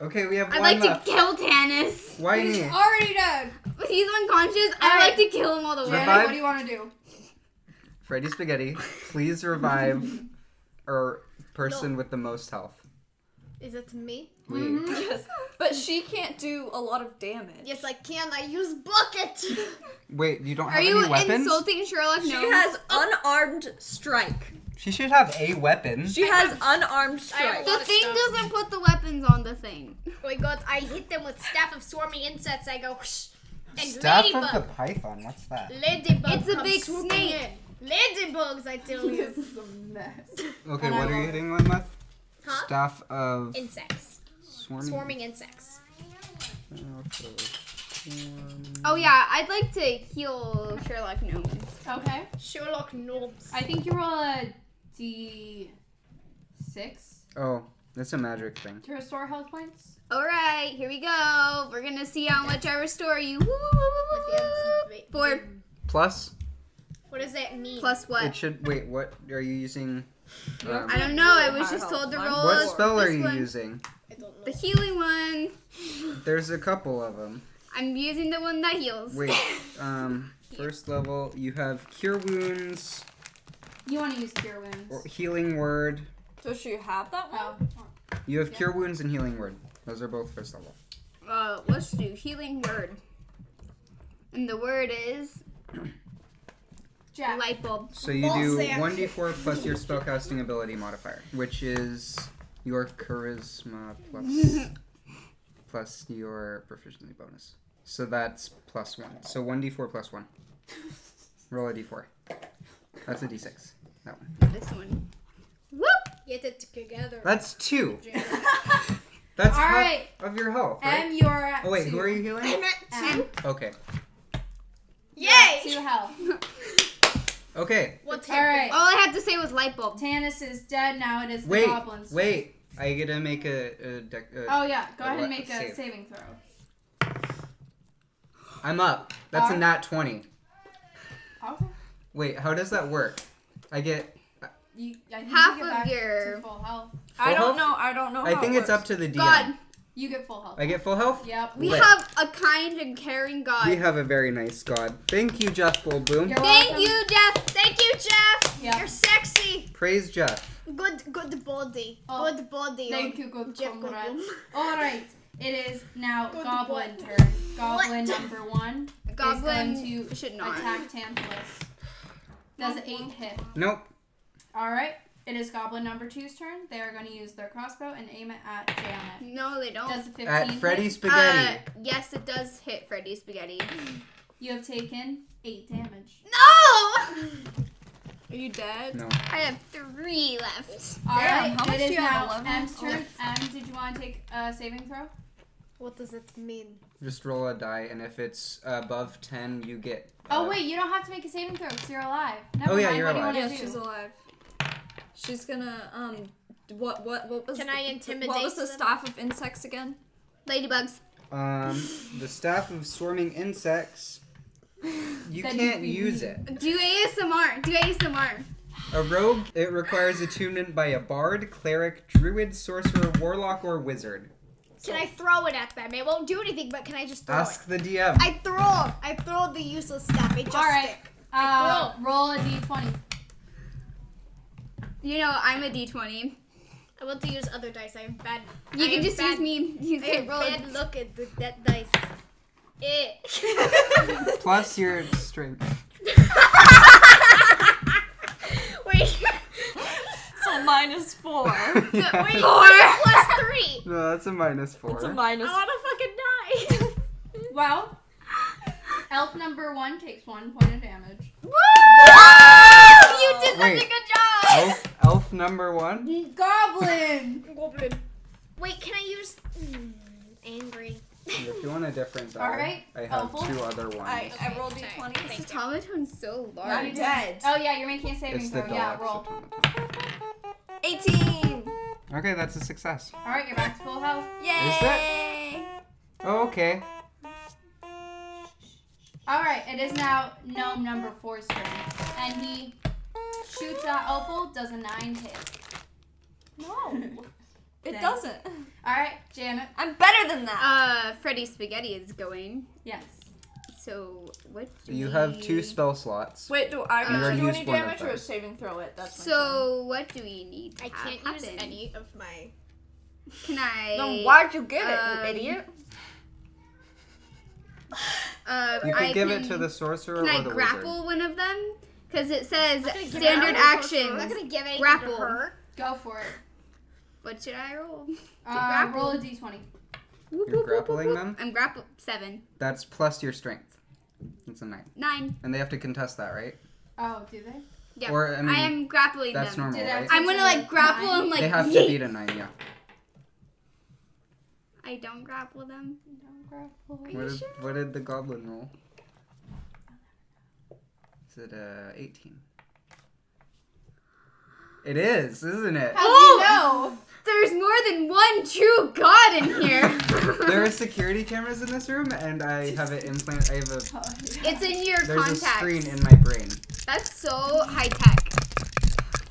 C: Okay, we have
D: I'd
C: one
D: like
C: left.
D: to kill Tannis.
C: Why
A: He's
C: me?
A: already dead.
D: But he's unconscious. I'd
A: Alright.
D: like to kill him all the way.
A: Janet,
C: Revive.
A: what do you want to do?
C: Freddy Spaghetti, please revive or person with the most health.
E: Is it me?
C: We.
B: you. Yes, but she can't do a lot of damage.
E: Yes, I can. I use bucket.
C: <laughs> Wait, you don't
D: Are
C: have
D: you
C: any weapons?
D: insulting Sherlock
B: She
D: No.
B: has unarmed strike.
C: she should have a weapon.
B: She has unarmed strike.
E: I-
D: the thing doesn't put the weapons on the thing.
E: oh my god! I hit them with staff of swarming insects. I go whoosh, and
C: Staff of
E: ladybug.
C: the Python. What's that?
E: Ladybug.
D: It's a
E: comes
D: big
E: swooping
D: snake.
E: in. Ladybugs, I
D: <laughs>
E: tell you.
A: This is a mess.
C: Okay,
A: And I
C: what are
A: will-
C: you hitting one with?
E: Huh?
C: Staff of
E: Insects.
C: swarming.
E: Swarming insects.
C: Okay.
D: Oh yeah, I'd like to heal Sherlock Gnomes.
A: Okay.
E: Sherlock Gnomes.
A: I think you roll a d6
C: Oh, that's a magic thing.
A: to restore health points.
D: All right, here we go. We're gonna see how much I restore you. Woo, woo, woo, woo, woo. Four
C: Plus,
E: What does that mean?
D: plus
C: it
D: what?
C: should. Wait, what are you using?
B: Yeah.
C: um,
D: I don't know. I was just told to roll.
B: What
D: this
C: what spell are you
D: one.
C: using?
E: I don't know.
D: The healing one.
C: There's a couple of them.
D: I'm using the one that heals.
C: Wait, um, first level, you have Cure Wounds,
A: You want to use cure wounds.
C: or Healing Word.
B: Does she have that one?
A: Oh.
C: You have
A: Yeah.
C: Cure Wounds and Healing Word. Those are both first level.
D: Uh, let's do healing word. And the word is
A: Jack.
D: light bulb.
C: So you do
E: Balzac.
C: 1d4 plus your spellcasting ability modifier, which is your charisma
A: <laughs>
C: plus plus your proficiency bonus. So that's plus 1. So 1d4 plus 1. Roll a d4. That's a d6.
D: This one. Whoop!
E: Get it together.
A: <laughs>
C: That's 2. <laughs> That's
A: All
C: half
A: right.
C: of your health, right?
A: M, you're at
C: Oh wait,
A: two.
C: who
A: <laughs>
C: are you healing?
A: M,
C: Okay.
A: you're at
E: Yay!
A: Two health.
C: Okay.
E: What's
A: All right.
D: All I had to say was light bulb.
A: Tannis is dead. Now it is the
C: Wait.
A: goblins.
C: Wait. I get to make a, a deck. Uh,
A: Oh yeah. Go
C: A
A: ahead and
C: what?
A: make a
C: Save.
A: saving throw.
C: I'm up. That's a
A: Alright.
C: nat 20.
A: Okay.
C: Wait, how does that work? I get
A: You, I think
D: Half
A: you get
D: of
A: back
D: your-
A: to full health.
B: I
C: Full
B: don't
C: health?
B: know. I don't know.
C: I
B: how
C: think
B: Oh, it
C: it's up to the DM.
D: God,
A: You get full health.
C: I get full health.
A: Yep.
D: we
C: Lit.
D: have a kind and caring God.
C: We have a very nice God. Thank you, Jeff Goldblum.
A: You're
D: Thank
A: welcome.
D: you, Jeff.
E: Thank you, Jeff.
A: Yeah.
E: You're sexy.
C: Praise Jeff.
E: Good, good body.
A: Oh.
E: Good body.
A: Thank you, good
E: Jeff
A: comrade.
E: Goldblum.
A: All right. It is now
E: Good
A: goblin
E: boy.
A: turn. Goblin
E: What?
A: number one
D: Goblin
A: going to
D: should not.
A: attack Tantalus. Does eight hit?
C: Nope.
A: All right. It is goblin number two's turn. They are going to use their crossbow and aim it at Janet.
D: No, they don't.
A: Does a 15
C: At
A: hit?
C: Freddy
D: Uh,
C: Spaghetti.
D: yes, it does hit Freddy <laughs> Spaghetti.
A: You have taken eight damage.
D: No!
B: Works. Are you dead?
C: no.
D: I have three left.
A: All right.
B: Damn, how much
A: it
B: do
A: is
B: you have?
A: now
B: 11?
A: M's turn. M, did you want to take a saving throw?
E: What does it mean?
C: Just roll a die, and if it's above 10, you get. uh,
A: Oh wait, you don't have to make a saving throw because you're alive. Never
C: Oh, yeah,
A: mind.
C: you're
A: what
C: alive.
A: do you
B: Yeah,
A: want to
B: she's
A: do?
B: alive. She's gonna um. d- What what what was?
E: Can
B: the-
E: I intimidate
B: What was the
E: them?
B: staff of insects again?
D: Ladybugs.
C: Um, the staff of swarming insects. You
A: That
C: can't
A: you-
C: use it.
D: Do ASMR. Do ASMR.
C: A rogue, it requires attunement by a bard, cleric, druid, sorcerer, warlock, or wizard.
E: Can I throw it at them? It won't do anything, but can I just throw
C: Ask
E: it?
C: the DM.
E: I throw.
D: Oh,
E: I throw the useless stuff. It just
A: All right.
E: stick.
A: Uh, roll a d20.
D: You know, I'm a D20.
E: I want to use other dice. I have bad.
D: You
E: I
D: can
E: am
D: just
E: bad.
D: use me. You
E: I
D: say
E: have
D: roll.
E: bad look at the, that dice. Eh. <laughs>
C: Plus your strength.
E: Wait.
B: So minus <laughs> four.
C: <laughs>
E: Wait.
C: no,
E: Four. Plus three.
C: that's a minus four.
B: it's a minus.
E: I want to fucking die.
A: Well, elf number one takes one point of damage.
D: You did
C: Wait.
D: such a good job.
C: elf, elf number one?
A: Goblin.
E: Goblin. Wait, can I use mm, angry?
C: If you want a different die,
A: All right,
C: I have
A: helpful.
C: two other ones.
B: I, I
E: Okay,
B: rolled d
E: sorry.
B: twenty.
E: Thank
D: This automaton's so
A: Now
D: large.
A: you're
B: dead.
A: Oh yeah, you're making a saving
C: it's the
A: throw. Yeah,
C: deluxe
A: roll.
C: automaton.
B: Eighteen.
C: Okay, that's a success.
A: All right, you're back to full health.
B: Yay!
C: Oh, okay.
A: All right, it is now gnome number four's turn, and he shoots at Opal. Does a nine hit? <laughs>
B: No, it
A: Thanks.
B: doesn't.
A: All right, Janet.
B: I'm better than that.
D: Uh, Freddy Spaghetti is going.
A: Yes.
D: So what? do
C: You
D: we-
C: have two spell slots.
B: Wait, do I
D: You
B: get to
D: already
B: do
C: used
B: any
C: one of
B: damage or
C: them.
B: is saving throw it? That's my turn.
D: So what do we need? to
E: I
D: have
E: can't use
D: happen?
E: any of my.
D: Can I?
B: Then why'd you get it,
D: um,
B: you idiot?
D: Uh,
C: You could
D: I
C: give
D: can,
C: it to the sorcerer
D: Can
C: or
D: I
C: the
D: grapple one of them? Because it says standard
E: I'm not
D: actions.
E: gonna give anything
D: Grapple.
E: to her.
A: Go for it.
D: What should I roll?
A: Uh,
D: grapple.
A: roll a d20.
D: Whoop,
C: You're
D: whoop, whoop,
C: grappling
D: whoop.
C: them?
D: I'm grapple seven,
C: That's plus your strength. That's a nine.
D: nine.
C: And they have to contest that, right?
A: Oh, do they?
D: Yeah.
C: Or, I mean,
D: I am grappling
C: that's
D: them.
C: normal,
A: Did I-
C: right?
D: I'm gonna like grapple
A: Nine.
D: and like.
C: they have to beat a nine, yeah.
D: I don't grapple them.
C: What did, what did the goblin roll? Is it uh, 18? It is, isn't it?
D: Oh There's more than one true god in here.
C: <laughs> There are security cameras in this room, and I have it implant. I have a.
A: <laughs> Oh, yeah.
D: it's in your
C: There's a
D: contacts.
C: screen in my brain.
D: That's so high tech.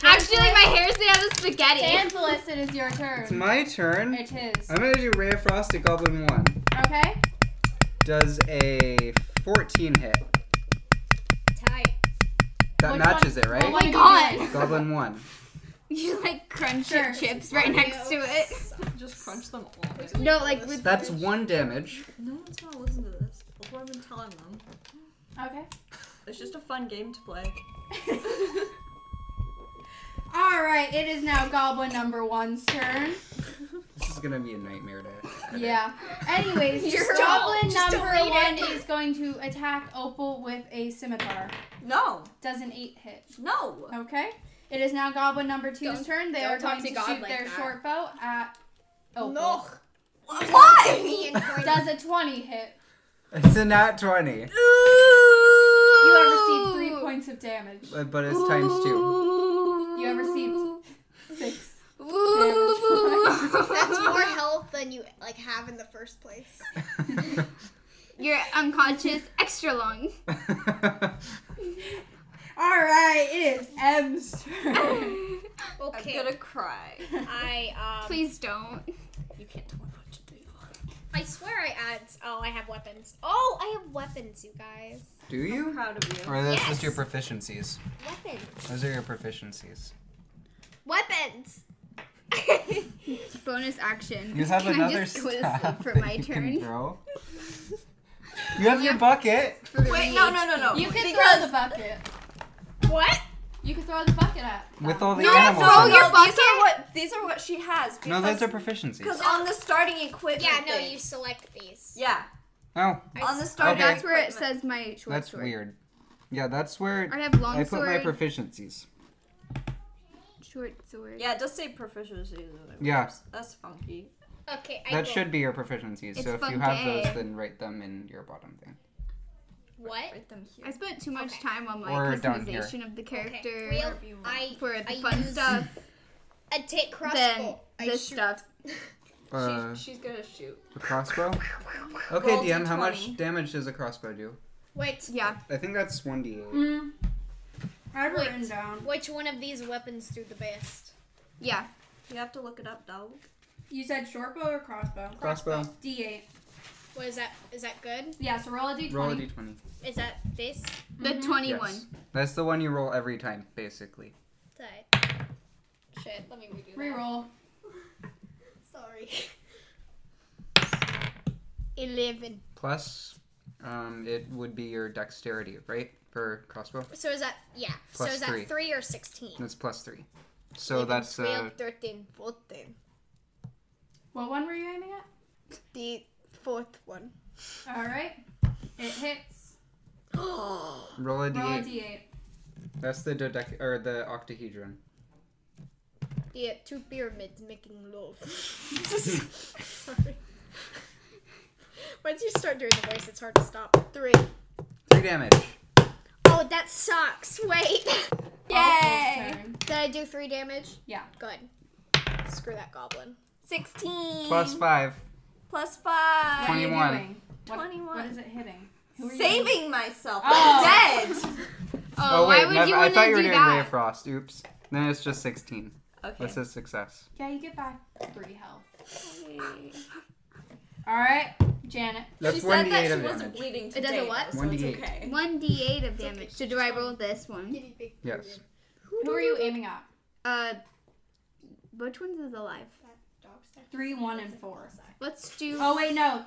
D: Actually, my hair's made out of spaghetti.
A: Tantalus, it is your turn.
C: It's Oh. my turn.
A: It is.
C: I'm gonna do Ray of Frost at Goblin 1.
A: Okay?
C: Does a 14 hit.
E: Tight.
C: That
A: Which Oh
C: matches it,
A: Well,
C: right?
A: what <laughs> did you
D: God.
A: do?
C: Goblin 1.
D: <laughs> You like crunch
A: Sure.
D: your chips right next to it.
B: Just crunch them all.
D: No, like with
C: That's one damage.
B: No one's gonna listen to this. That's what I've been telling them.
A: Okay.
B: It's just a fun game to play.
A: All right, it is now Goblin number one's turn.
C: This is gonna be a nightmare to. edit.
A: Yeah. <laughs> Anyways,
D: Just don't-
A: Goblin
D: just don't
A: number
D: read
A: one
D: it.
A: is going to attack Opal with a scimitar.
B: No,
A: Does an eight hit?
B: no.
A: Okay. It is now Goblin number two's
E: Don't-
A: turn. They
E: don't
A: are
E: talk
A: going
E: to
A: to,
E: God
A: shoot
E: like
A: their
E: that.
A: short bow at Opal.
B: Why?
A: Does a twenty hit?
C: It's a nat 20,
A: You have received three points of damage.
C: but but it's times 2.
A: You have <laughs> received six.
E: That's more health than you like have in the first place.
D: You're unconscious extra long.
A: All right, it is M's turn.
B: I'm
E: Okay.
B: gonna <laughs> cry.
E: I um.
D: Please don't.
B: You can't tell me what to do.
E: I swear I add. Oh, I have weapons. Oh, I have weapons, you guys.
C: <laughs> Do you?
B: Proud of you.
C: Or that's
E: Yes.
C: just your proficiencies.
E: Weapons.
C: Those are your proficiencies.
E: Weapons.
D: Bonus action.
C: You have
D: Can
C: another
D: I just go to
C: staff
D: sleep for
C: that
D: my
C: you can
D: turn? <laughs>
C: throw. You have your bucket.
B: Wait, no, no, no, no.
A: <laughs> You can
B: Because-
A: throw the bucket.
E: what?
A: You can throw the bucket at.
C: With
A: them.
C: all the
D: No,
C: animals.
D: throw
C: in
D: your
C: it.
B: These are what these are what she has.
C: no,
B: Because,
C: those are proficiencies.
B: because on the starting equipment.
E: Yeah, no,
B: thing-
E: you select these.
B: Yeah,
C: Oh,
B: on the
D: Oh,
B: starting.
D: that's where it
B: equipment.
D: says my short
C: that's
D: sword.
C: weird. Yeah, that's where
D: I have long
C: I put my
D: sword,
C: proficiencies.
D: short sword.
B: Yeah, it does say proficiency. in it.
C: Yeah.
B: that's funky.
E: Okay. I
C: That
E: will-
C: should be your proficiencies.
D: It's
C: So if you have
D: funky.
C: those, then write them in your bottom thing.
E: What?
B: Write them here.
D: I spent too much time on my
C: Or down here.
D: customization of the character
E: Okay. Real.
B: Wherever you want.
E: I.
D: for the
E: I
D: fun
E: use
D: stuff
E: I take crossbow.
D: than
E: I
D: this
E: shoot.
D: stuff.
C: Uh,
B: she's, she's gonna shoot.
C: the
D: <laughs>
C: crossbow. Okay,
B: Roll
C: DM. How
B: D20.
C: much damage does a crossbow do?
E: Wait.
D: Yeah.
C: I think that's one d eight.
A: Mm. I've written down.
E: Which one of these weapons do the best?
D: Yeah.
B: You have to look it up, dog.
A: You said short bow or crossbow?
C: Crossbow.
A: D8.
E: What is that? Is that good?
A: Yeah, so roll a d20.
C: Roll a d twenty.
E: Is that this?
D: The
A: Mhm.
D: 21.
C: Yes. That's the one you roll every time, basically.
E: Tight. Shit. Let me redo. that.
A: Reroll.
E: Sorry. <laughs> Eleven.
C: Plus, um, it would be your dexterity, right, for crossbow?
E: So is that yeah? so
C: Plus
E: is that
C: three.
E: three, or sixteen?
C: That's plus three. So that's uh,
E: 12, 13, 14.
A: What one were you aiming at?
E: The fourth one. <gasps>
A: All right. It hits.
C: roll a
A: Roll a
C: d8.
A: d8.
C: That's the dodec or the octahedron.
E: The uh, two pyramids making love. <laughs> Sorry. <laughs> Once you start doing the voice, it's hard to stop. Three.
C: Three damage.
E: Oh, that sucks. Wait. <laughs>
A: Yay! Turn.
E: Did I do three damage?
A: Yeah.
E: Good. Screw that goblin.
B: Sixteen
C: Plus five.
B: plus five.
A: What are you
C: 21.
A: doing? What,
B: 21.
A: What is it hitting? Who are you hitting?
B: Saving myself.
A: Oh.
B: I'm dead.
D: Oh, why would
C: nev-
D: you
C: I
D: want to
C: thought you were
D: do
C: doing Ray of
D: that?
C: Frost. Oops. Then it's just 16.
B: Okay.
C: That's a success.
A: Yeah, you get back three health. All right, Janet.
C: That's
B: she
C: one
B: said
C: d8
B: that she
C: of
B: wasn't
C: damage.
B: bleeding
D: does a
B: today.
D: what?
B: So
C: One
B: it's
C: D8.
B: okay.
D: 1d8 of damage. So do I roll this one?
C: Yes.
A: Who are you aiming at?
D: Uh, which one's is alive?
A: Three, one, and four.
D: Let's do.
A: Oh wait, no.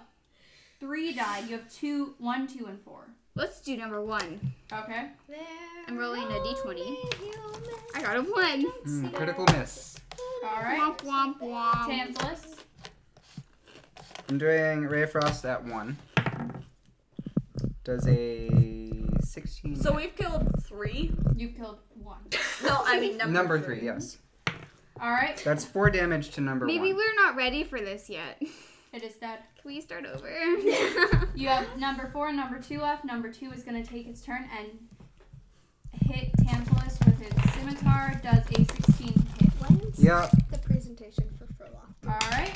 A: Three died. You have two, one, two, and four.
D: Let's do number one.
A: Okay.
D: I'm rolling a d20. I got a one.
C: Mm, critical miss.
A: All right.
D: Womp womp womp.
A: Tantalus.
C: I'm doing Ray of Frost at one. Does a 16.
B: So we've killed three.
A: You killed one.
B: No, I mean number,
C: number three. Yes.
A: All right.
C: That's four damage to number
D: Maybe
C: one.
D: we're not ready for this yet. <laughs>
A: It is dead.
D: Can we start over?
A: You have number four and number two left. Number two is going to take its turn and hit Tantalus with its scimitar. Does a 16 hit.
E: When's
C: Yeah.
E: the presentation for Furlough?
A: Alright.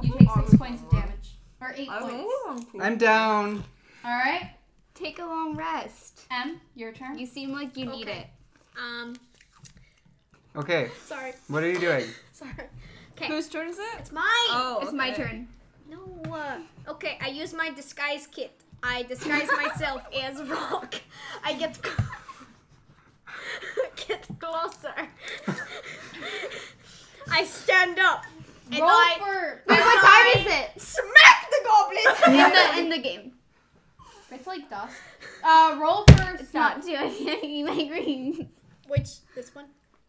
A: You take six points of damage. Or eight
D: Oh.
A: points.
C: I'm down.
A: Alright.
D: Take a long rest.
A: M, your turn.
D: You seem like you need it.
E: Okay. Um,
C: Okay,
E: sorry,
C: what are you doing?
E: sorry.
B: Whose turn is it?
E: It's mine.
B: Oh,
D: It's my
B: okay.
D: turn.
E: No. Uh, okay, I use my disguise kit. I disguise myself as Rock. I get <laughs> get closer. I stand up and
A: Roll
E: I
A: for.
D: Wait, what time is it?
E: smack the goblin.
D: In the in the game.
A: It's like dusk. Uh, roll for
D: It's
A: stealth.
D: not doing <laughs> any my greens.
E: Which this one?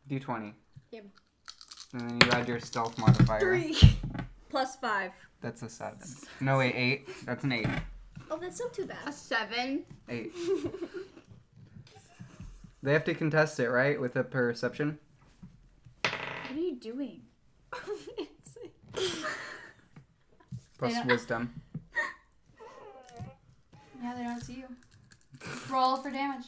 C: D20.
E: Yep.
C: And then you add your stealth modifier.
B: Three. Plus five.
C: That's a seven. No, wait, eight. That's an eight.
E: Oh, that's not too
D: A
E: bad.
D: seven. <laughs>
C: Eight. they have to contest it, right? With a perception?
D: What are you doing?
C: Plus
A: Yeah.
C: wisdom. <laughs>
A: Yeah, they don't see you. Roll for damage.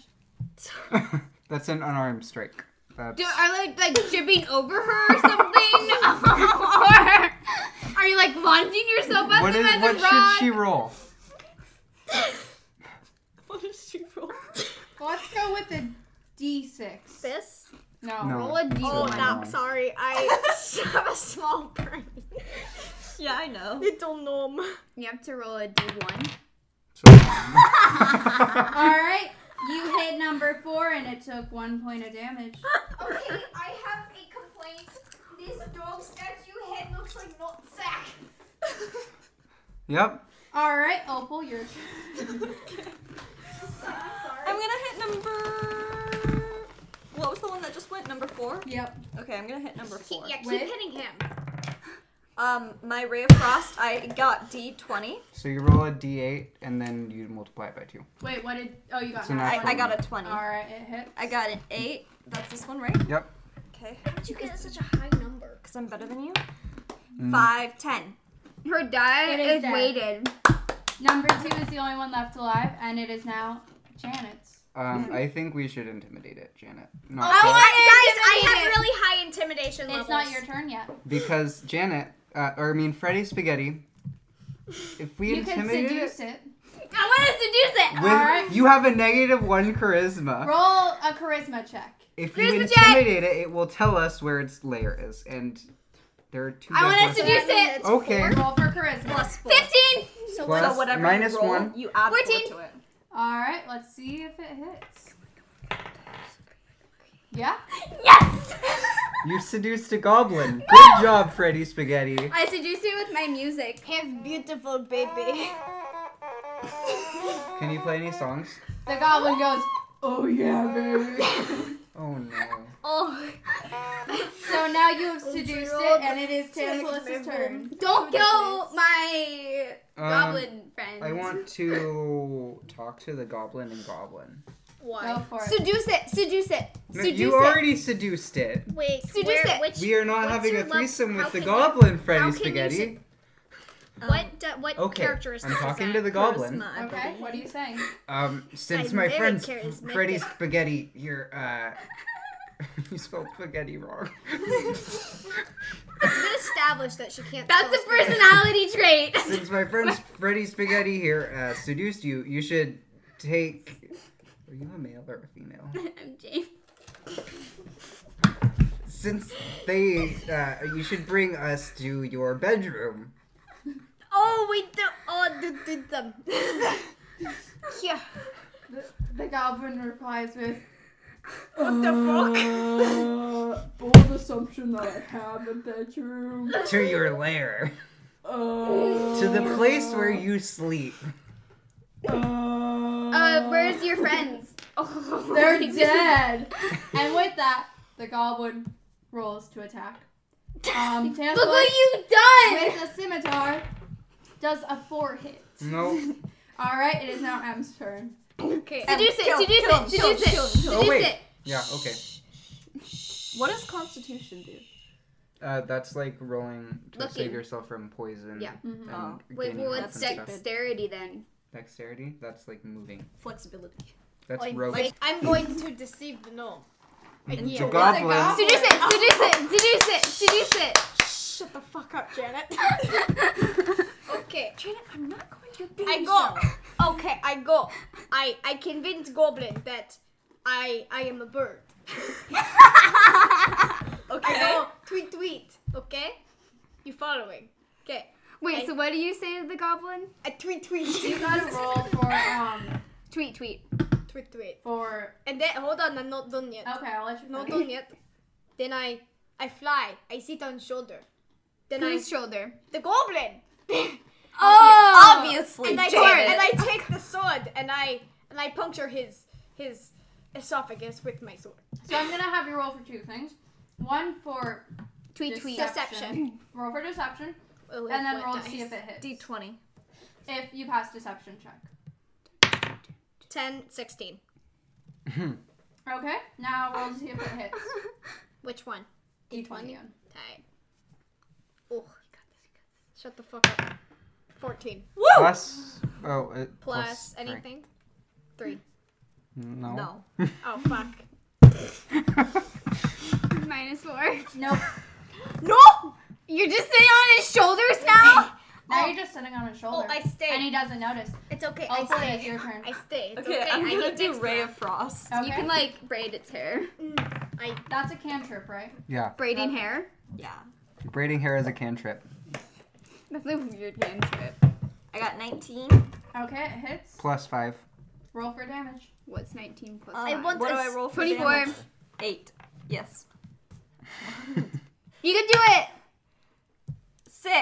C: That's an unarmed strike. That's...
D: Do, are like like tripping over her or something? or are you like launching yourself at
C: What,
D: them
C: is,
D: as
C: what
D: a rock?
C: should she roll?
B: What is she roll?
A: Well, let's go with the D6.
E: This?
A: No.
C: No.
D: Roll a D.
E: Oh,
C: Sorry.
E: no, sorry. <laughs> I have a small brain.
B: yeah, I
E: <laughs>
B: know. <laughs>
E: Little gnome.
D: You have to roll a D one. <laughs>
C: So- <laughs>
A: All right. You hit number four and it took one point of damage.
E: Okay, I have a complaint. This dog statue head looks like not Oh, sack.
C: yep.
A: All right, Opal, your turn. <laughs>
B: I'm gonna hit number. What was the one that just went? Number four?
A: yep.
B: Okay, I'm gonna hit number four.
E: Yeah, keep
A: Wait.
E: hitting him.
B: Um, my Ray of Frost, I got D20.
C: So you roll a d8 and then you multiply it by two.
A: Wait, what did? Oh, you got.
C: So
A: half
B: I,
C: not
A: one.
B: I got a 20.
A: All right, it hit.
B: I got an 8. That's this one, right?
C: Yep.
B: Okay.
E: How did you get such a high number?
B: Because I'm better than you.
C: Mm.
B: Five, ten.
D: Her die
A: It is
D: is,
A: dead.
D: weighted.
A: Number two is the only one left alive, and it is now Janet's.
D: Mm-hmm.
C: Um, I think we should intimidate it, Janet. Not
E: I
C: Janet.
E: want, guys, I have
D: intimidated.
E: really high intimidation levels.
A: It's not your turn yet.
C: Because Janet, uh, or I mean Freddy Spaghetti, if we
A: You can
C: intimidate it,
A: seduce it.
D: I want us to do it.
C: with
A: Alright.
C: you have a negative one charisma.
A: Roll a charisma check.
C: if you
D: Charisma check!
C: intimidate it, it will tell us where its lair is, and there are two.
D: I want us to
C: different-
D: do it.
E: It's
C: Okay.
E: four.
A: Roll for charisma.
B: Plus four.
D: Fifteen.
E: So
C: Plus-
E: what?
B: So whatever
C: minus
B: you roll,
C: one.
B: you add
D: Fourteen.
B: four to it.
A: All right, let's see if it hits. Yeah.
D: Yes.
C: You seduced a goblin. Good job, Freddy Spaghetti.
D: I seduced it with my music.
E: Have beautiful baby.
C: Can you play any songs?
A: The goblin goes, "Oh yeah, baby."
C: Oh no.
D: Oh,
A: so now you have seduced it, and it is Tantalus's turn.
D: don't kill my
C: Um,
D: goblin friend.
C: I want to talk to the goblin and goblin.
A: Go
E: Why?
A: for it.
D: seduce it. Seduce it.
C: No,
D: Seduce
C: you
D: it.
C: already seduced it.
E: Wait,
D: Seduce
E: where,
D: it.
E: which,
C: We are not
E: what's
C: having
E: your
C: a
E: level-
C: threesome
E: how
C: with the
E: can you-
C: goblity
E: how
C: Freddy
E: can you
C: Spaghetti.
E: se-
B: Uh,
E: What, do- what
C: okay,
E: characteristic
C: I'm
E: is
C: talking
E: that?
C: to the goblin.
B: Charisma, I
A: Okay,
B: believe.
A: what are you saying?
C: Um, since
E: I'm
C: my
E: very
C: friend's
E: charismatic.
C: Freddy Spaghetti, you're uh, <laughs> you spelled spaghetti wrong. <laughs>
E: It's been established that she can't.
D: That's a personality <laughs> trait.
C: since my
E: <laughs>
C: friend's Freddy Spaghetti here uh, seduced you, you should take. Are you a male or a female?
D: I'm James.
C: Since they, uh, you should bring us to your bedroom.
E: Oh, we do. Oh, do, do them. yeah.
A: The goblin replies with,
E: What the
A: uh, bold assumption that I have a bedroom.
C: To your lair.
A: Uh,
C: To the place where you sleep.
D: Uh, where's your <laughs> friends? Oh,
A: <laughs> They're
D: he just-
A: dead. and with that, the goblin rolls to attack. Um, <laughs>
D: Look what
A: Tantalus
D: you've done.
A: with a scimitar does a four hit.
C: No.
A: All right, it is now M's turn.
E: fuck? Okay.
D: Seduce it.
B: Kill,
D: Seduce
B: kill,
D: it.
B: kill,
D: Seduce it.
B: kill, kill.
C: Oh,
D: Seduce
C: wait.
D: it.
C: Yeah, okay.
B: What does Constitution do?
C: Uh, that's like rolling to
D: Looking.
C: save yourself from poison.
D: Yeah.
A: Mhm.
C: and
B: Oh.
D: Wait,
C: gaining
D: well,
C: health
D: it's
C: and stuff.
D: dexterity then.
C: Dexterity? That's like moving.
B: Flexibility.
C: That's
E: Like-
C: rogue.
E: Oh, like, I'm going to deceive the gnome. And
C: It's
E: yeah.
C: a goblin.
D: Seduce it, seduce it, seduce it, seduce it.
E: Shut the fuck up, Janet. <laughs>
D: <laughs>
E: okay.
B: Janet, I'm not going to be.
E: I go. Okay, I go. I I convince Goblin that I I am
A: <laughs>
E: a bird. I
B: Okay.
E: go tweet tweet. Okay, you following? Okay,
D: Wait, so what do you say to the goblin?
E: I tweet tweet.
A: You <laughs> gotta roll for um
D: Tweet, tweet.
E: tweet tweet.
A: for.
E: And then hold on, I'm not done yet.
A: Okay, I'll let you.
E: Not
A: finish.
E: done yet. Then I I fly. I sit on shoulder. Then
D: Whose
E: I
D: shoulder?
E: the goblin.
B: Oh, obviously.
E: and I take,
D: Jared.
E: and I take the sword and I and I puncture his his esophagus with my sword.
A: So I'm gonna have you roll for two things. One for
D: Tweet, tweet.
A: deception. Roll for deception,
E: Well,
A: and then
E: what
A: roll to
E: dice?
A: see if it hits.
B: D20.
A: If you pass deception check.
E: 10, 16.
A: Okay. Now roll to see if it
E: <laughs>
A: hits.
E: Which one?
A: D20. again.
E: Tie. Oh, you got this, you got this. Shut the fuck up. 14.
C: <laughs> Plus. Oh, it,
E: Plus,
C: three.
E: anything? Three.
C: No.
B: No.
E: Oh, fuck.
D: Minus four.
E: <laughs>
A: Nope.
E: No!
D: <laughs> You're just sitting on his shoulders now?
A: Now
E: Oh.
A: you're just sitting on his
E: <laughs> Oh,
A: shoulder.
E: I stay.
A: and he doesn't notice.
E: it's okay. I
A: Elsa,
E: stay.
A: it's your turn.
E: I stay. It's
B: Okay,
E: okay.
B: I'm
E: I
B: gonna
E: need
B: do
E: dexter.
B: Ray of Frost.
A: Okay.
D: You can like braid its hair.
A: That's a cantrip, right?
C: <laughs> Yeah.
D: Braiding hair?
B: Yeah.
C: Braiding hair is a cantrip.
D: That's a weird name to it.
B: I got 19.
A: Okay, it hits.
C: Plus five.
A: Roll for damage.
D: What's 19 plus?
B: Um,
D: five?
E: want
B: what do
E: a
B: I roll for
D: 24.
B: damage? 8. Yes.
D: You can do it!
B: 6.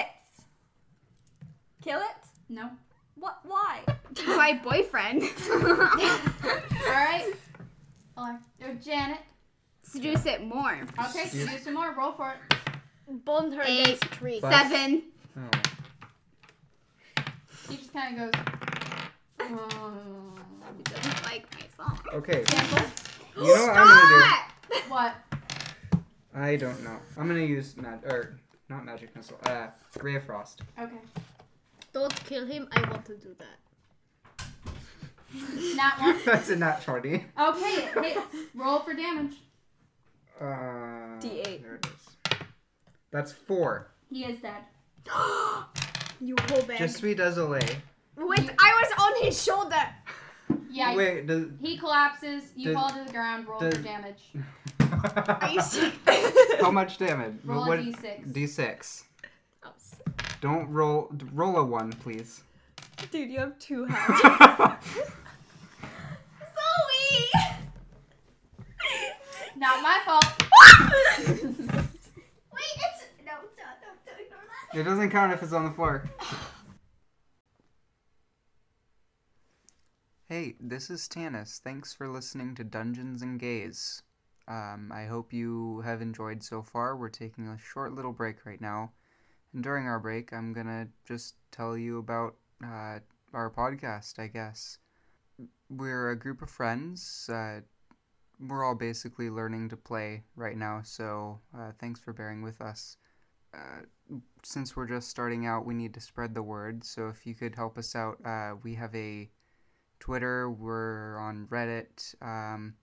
B: Kill it?
A: No.
B: What? Why? <laughs>
D: My boyfriend.
A: All right.
E: <laughs>
A: Or, or Oh, Janet.
D: Seduce it more.
A: Okay, so do some more. Roll for it.
E: Bond her
D: Eight.
E: against tree.
C: Plus-
D: Seven.
C: Oh.
A: He just kind of goes. Um,
D: He doesn't like my song. Ah!
C: Okay.
A: cancel.
C: You know what I'm gonna
A: What?
C: do? I don't know. I'm gonna use mag- or not magic missile. Uh, ray of frost. <laughs>
A: Okay.
E: Don't kill him. I want to do that.
A: Not one.
C: That's a nat twenty.
A: Okay, it hits. Roll for damage.
C: Uh,
B: D8.
C: There it is. That's four.
A: He is dead.
E: You whole bag.
C: Just sweet as a lay.
E: Wait, I was on his shoulder.
A: Yeah.
C: Wait, does.
A: He collapses. You
C: Does-
A: fall to the ground. Roll for
C: does-
A: damage.
E: you serious?
C: <laughs> How much damage?
A: Roll
C: What-
A: a d6.
C: D6.
E: Oh, s-
C: Don't roll. Roll a one, please.
B: Dude, you have
C: <laughs>
B: two hats.
A: Not my fault.
E: Wait, it's. No, it's not. No, don't ignore that.
C: it doesn't count if it's on the floor. Hey, this is Tanis. Thanks for listening to Dungeons and Gaze. Um, I hope you have enjoyed so far. We're taking a short little break right now. And during our break, I'm going to just tell you about uh, our podcast, I guess. We're a group of friends. Uh, we're all basically learning to play right now, so uh, thanks for bearing with us. Uh, since we're just starting out, we need to spread the word. So if you could help us out, uh, we have a Twitter, we're on Reddit, um,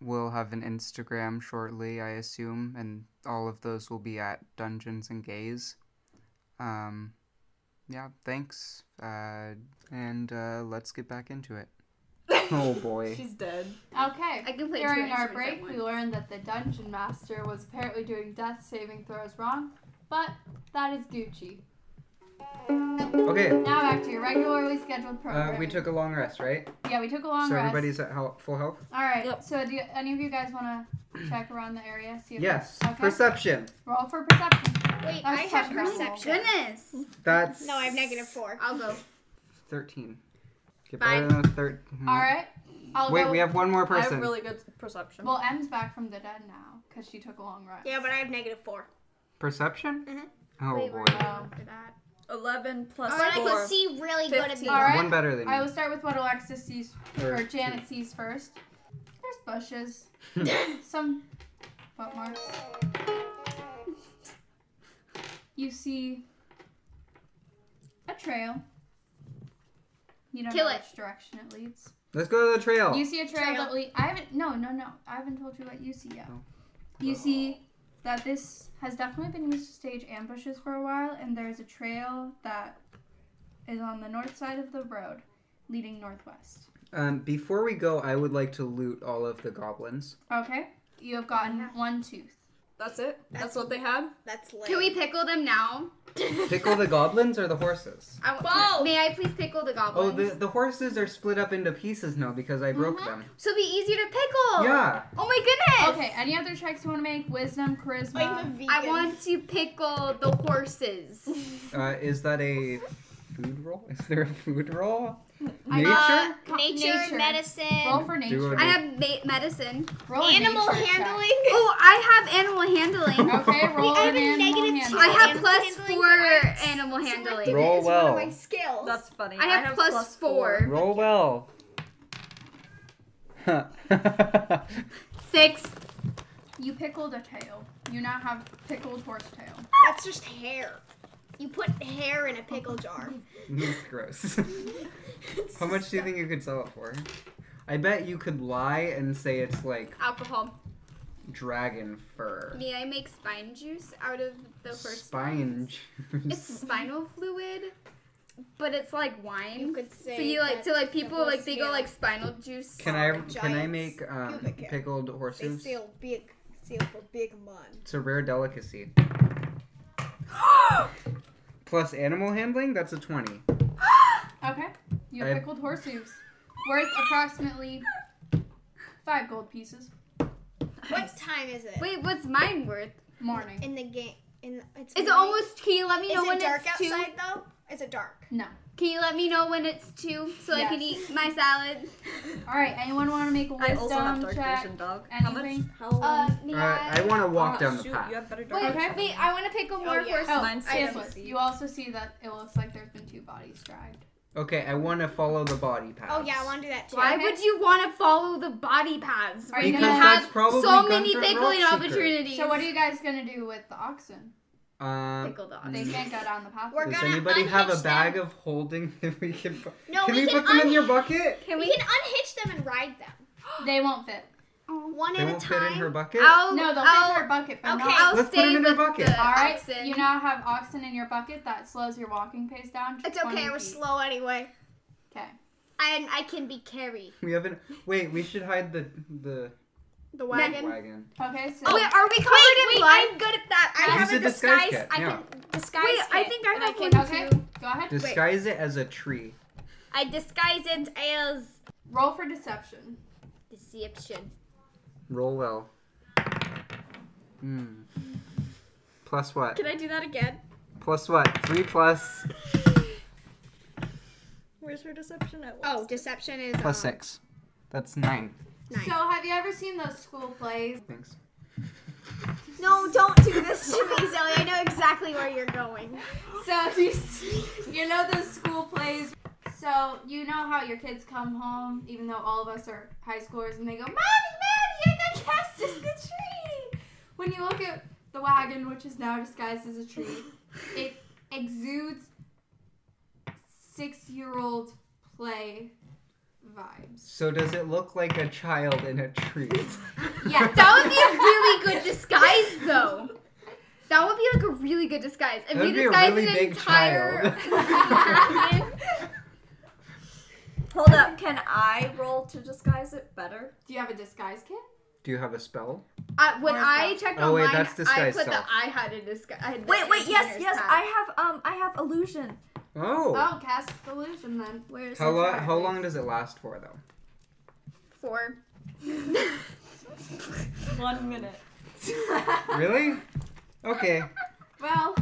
C: we'll have an Instagram shortly, I assume, and all of those will be at Dungeons and Gaze. Um, yeah, thanks, uh, and uh, let's get back into it. <laughs> Oh boy.
B: She's dead.
A: Okay.
D: I can play
A: During
D: two
A: our
D: instruments at
A: break, we
D: once.
A: learned that the dungeon master was apparently doing death saving throws wrong, but that is Gucci.
C: Okay,
A: Now back to your regularly scheduled program.
C: uh, we took a long rest, right?
A: yeah, we took a long
C: so
A: rest.
C: everybody's at hel- full health?
A: All right.
B: Yep.
A: So do you, any of you guys want to check around the area? See if
C: Yes.
A: Okay.
C: Perception.
A: roll for perception.
E: Wait,
A: That was
E: I
A: such
E: have
A: a bad roll.
E: perception.
D: Goodness.
C: That's.
E: No, I have negative four.
D: I'll go.
C: 13. Get
E: Five.
C: better than a third.
A: All right. I'll
C: Wait,
A: go.
C: we have one more
B: I
C: person.
B: have really good perception.
A: well, M's back from the dead now because she took a long rest.
E: Yeah, but I have negative four.
C: Perception?
E: Mhm.
C: Oh
D: Wait,
C: boy.
D: we're
A: Oh.
D: not for that.
B: 11 plus
E: But I
B: 4.
E: can see really good at
B: Fifteen.
E: me.
A: All right.
C: One better than
A: I will
C: you.
A: start with what Alexis sees
C: Or-
A: or Janet sees first. <laughs> There's bushes, some footmarks, you see a trail. You don't
D: Kill
A: know
D: it.
A: which direction it leads.
C: Let's go to the trail.
A: You see a trail,
D: Trail.
A: that leads. I haven't. No, no, no. I haven't told you what you see yet.
C: Oh.
A: You see that this has definitely been used to stage ambushes for a while, and there is a trail that is on the north side of the road, leading northwest.
C: Um, before we go, I would like to loot all of the goblins.
A: Okay. You have gotten one tooth.
B: That's it. That's what they had.
E: That's lit.
D: Can we pickle them now?
C: Pickle the goblins or the horses?
D: I,
E: Both.
D: May I please pickle the
C: Oh,
D: goblins?
C: the, the horses are split up into pieces now because I broke
A: Mm-hmm.
C: them.
D: So it'd be easier to pickle.
C: Yeah.
D: Oh my goodness.
A: Okay. Any other checks you want to make? Wisdom,
E: Like
A: charisma.
E: the vegan.
D: I want to pickle the horses.
E: <laughs>
A: Oh.
C: Uh, is that a food roll? Is there a food roll?
A: I-
C: Nature?
E: uh,
A: Nature?
E: nature,
A: Nature.
E: medicine,
A: Roll for
C: Do
A: nature.
C: it.
D: I have ma- medicine.
A: Roll a
E: animal
A: nature check.
E: handling. <laughs>
D: Oh, I have animal handling.
A: Okay. Roll
E: I have
A: an
E: a
A: animal
E: negative
A: handling.
E: two.
D: I have
E: Animal
D: plus
E: handling,
D: four
E: but I-
D: animal handling.
C: Roll
E: It's
C: well.
E: One of my skills.
B: That's funny.
D: I have plus four.
A: <laughs>
C: Roll well. <laughs>
D: Six.
A: You pickled a tail. You now have pickled horsetail.
E: That's just hair. You put hair in a pickle jar.
C: That's
B: <laughs>
C: gross. How much do you think you could sell it for? I bet you could lie and say it's like
D: Alcohol.
C: dragon fur.
D: May I make spine juice out of the horse?
C: Spine
D: It's
C: <laughs> juice.
D: spinal fluid, but it's like
E: You
D: wine.
E: could say.
D: So you like
E: that
D: so like
E: the
D: people
E: horse-
D: like they go
E: yeah.
D: like spinal juice.
C: Can I
E: Giants.
C: can I make um,
E: Pubic hair.
C: pickled
E: They
C: horses?
E: sell big, sell for big money.
C: It's a rare
E: <gasps>
C: delicacy. Plus animal handling, that's a twenty.
A: Okay. You
C: I-
A: have pickled horse hooves. Worth approximately five gold pieces.
E: What time is it?
D: Wait, what's mine worth?
A: Morning.
E: In the game. In the, it's.
D: It's
E: morning.
D: almost. Can you let me
E: Is
D: know when
E: it dark
D: it's two?
E: outside though? Is it dark?
A: No.
D: Can you let me know when it's two so I can
A: Yes.
D: eat my salad?
A: Alright, anyone want to make a
B: <laughs> I
A: wisdom
B: also have dark
A: check?
B: vision, dog.
A: Anything?
B: How much? How
D: Uh,
B: long?
D: may
C: Uh, I want to walk down the
B: Oh, shoot,
C: path.
B: You have better dark
D: Wait,
A: Okay.
D: wait, I want to pick a more
E: yeah.
D: horse.
A: Oh,
B: Mine's
A: yes,
B: six.
A: You also see that it looks like there's been two bodies dragged.
C: Okay, I want to follow the body path.
E: Oh yeah, I want to do that too.
D: Why
A: Okay.
D: would you want to follow the body paths?
A: Are
D: when
A: you
D: you
A: gonna-
C: Because
D: have
C: that's probably
D: so many
C: Gunther
D: pickling
C: Rockseeker.
D: opportunities.
A: So what are you guys gonna do with the oxen?
C: Um,
D: pickle dogs?
A: They can't go down the path.
E: We're
C: does
E: gonna
C: anybody have a
E: unhitch
C: bag of holding <laughs> that we can? put-
E: No,
C: can
E: we
C: we,
E: can
C: put them in
E: un-
C: your bucket?
D: Can
E: we
D: we?
E: can unhitch them and ride them
A: They won't fit.
E: one
C: They
E: at
C: won't
E: a
C: fit
E: time.
C: in her bucket.
D: I'll,
A: No, they'll fit
D: I'll,
A: in your bucket, but
E: okay.
A: not
D: Oh, I'll
C: Let's put
D: stay
C: them in
D: with
C: their bucket.
D: The
A: All right,
D: oxen.
A: you now have oxen in your bucket that slows your walking pace down. to
E: it's okay.
A: 20
E: We're
A: feet.
E: slow anyway,
A: Okay.
E: and I can be carried.
C: We haven't. Wait, we should hide the the
E: The
C: wagon.
E: wagon.
A: Okay, so
D: Oh, wait, are we covered
E: wait,
D: in
E: wait,
D: blood?
E: I'm good at that. I
C: Use
E: have
C: a
E: a
C: disguise
E: disguise.
C: kit,
E: I
C: yeah.
E: can disguise.
D: Wait, I
E: kit,
D: think I
E: and
D: have
E: can
D: one
A: okay,
D: too.
A: go ahead.
C: Disguise it as a tree.
E: I disguise it as
A: Roll for deception.
E: deception.
C: Roll well. Hmm. Plus what?
E: Can I do that again?
C: Plus what? Three plus
B: Where's her deception at?
E: Oh, deception is
C: plus
E: um,
C: six. That's nine.
E: Nine.
A: So, have you ever seen those school plays?
C: Thanks.
E: No, don't do this to me, Zoe. I know exactly where you're going.
A: So, you, see, you know those school plays. So, you know how your kids come home, even though all of us are high schoolers, and they go, Mommy, Mommy, I got cast as the tree. When you look at the wagon, which is now disguised as a tree, it exudes six year old play vibes.
C: So does it look like a child in a
E: <laughs>
C: tree?
A: Yeah,
D: That
C: <laughs>
D: would be a really good disguise, though. That would be like a really good disguise. If
C: That
D: you
C: would be a
D: disguise
C: really
D: an
C: big
D: <laughs> entire
A: child.
B: Hold up. Can I roll to disguise it better?
A: Do you have a disguise kit?
C: <laughs> Do you have a spell?
D: I, uh, when
B: Or
D: I
B: self.
D: checked
C: Oh, wait,
D: online,
C: that's
D: I
C: disguise
D: put that
C: self.
D: I had a disguise. I had the
B: Wait, wait. Yes,
D: engineer's
B: yes.
D: hat.
B: I have um. I have illusion. <laughs>
C: Oh.
A: Oh, cast illusion then.
B: Where's
C: How
B: the
C: long?
B: dragon?
C: How long does it last for though?
D: four.
B: One minute.
C: Really? Okay.
A: Well,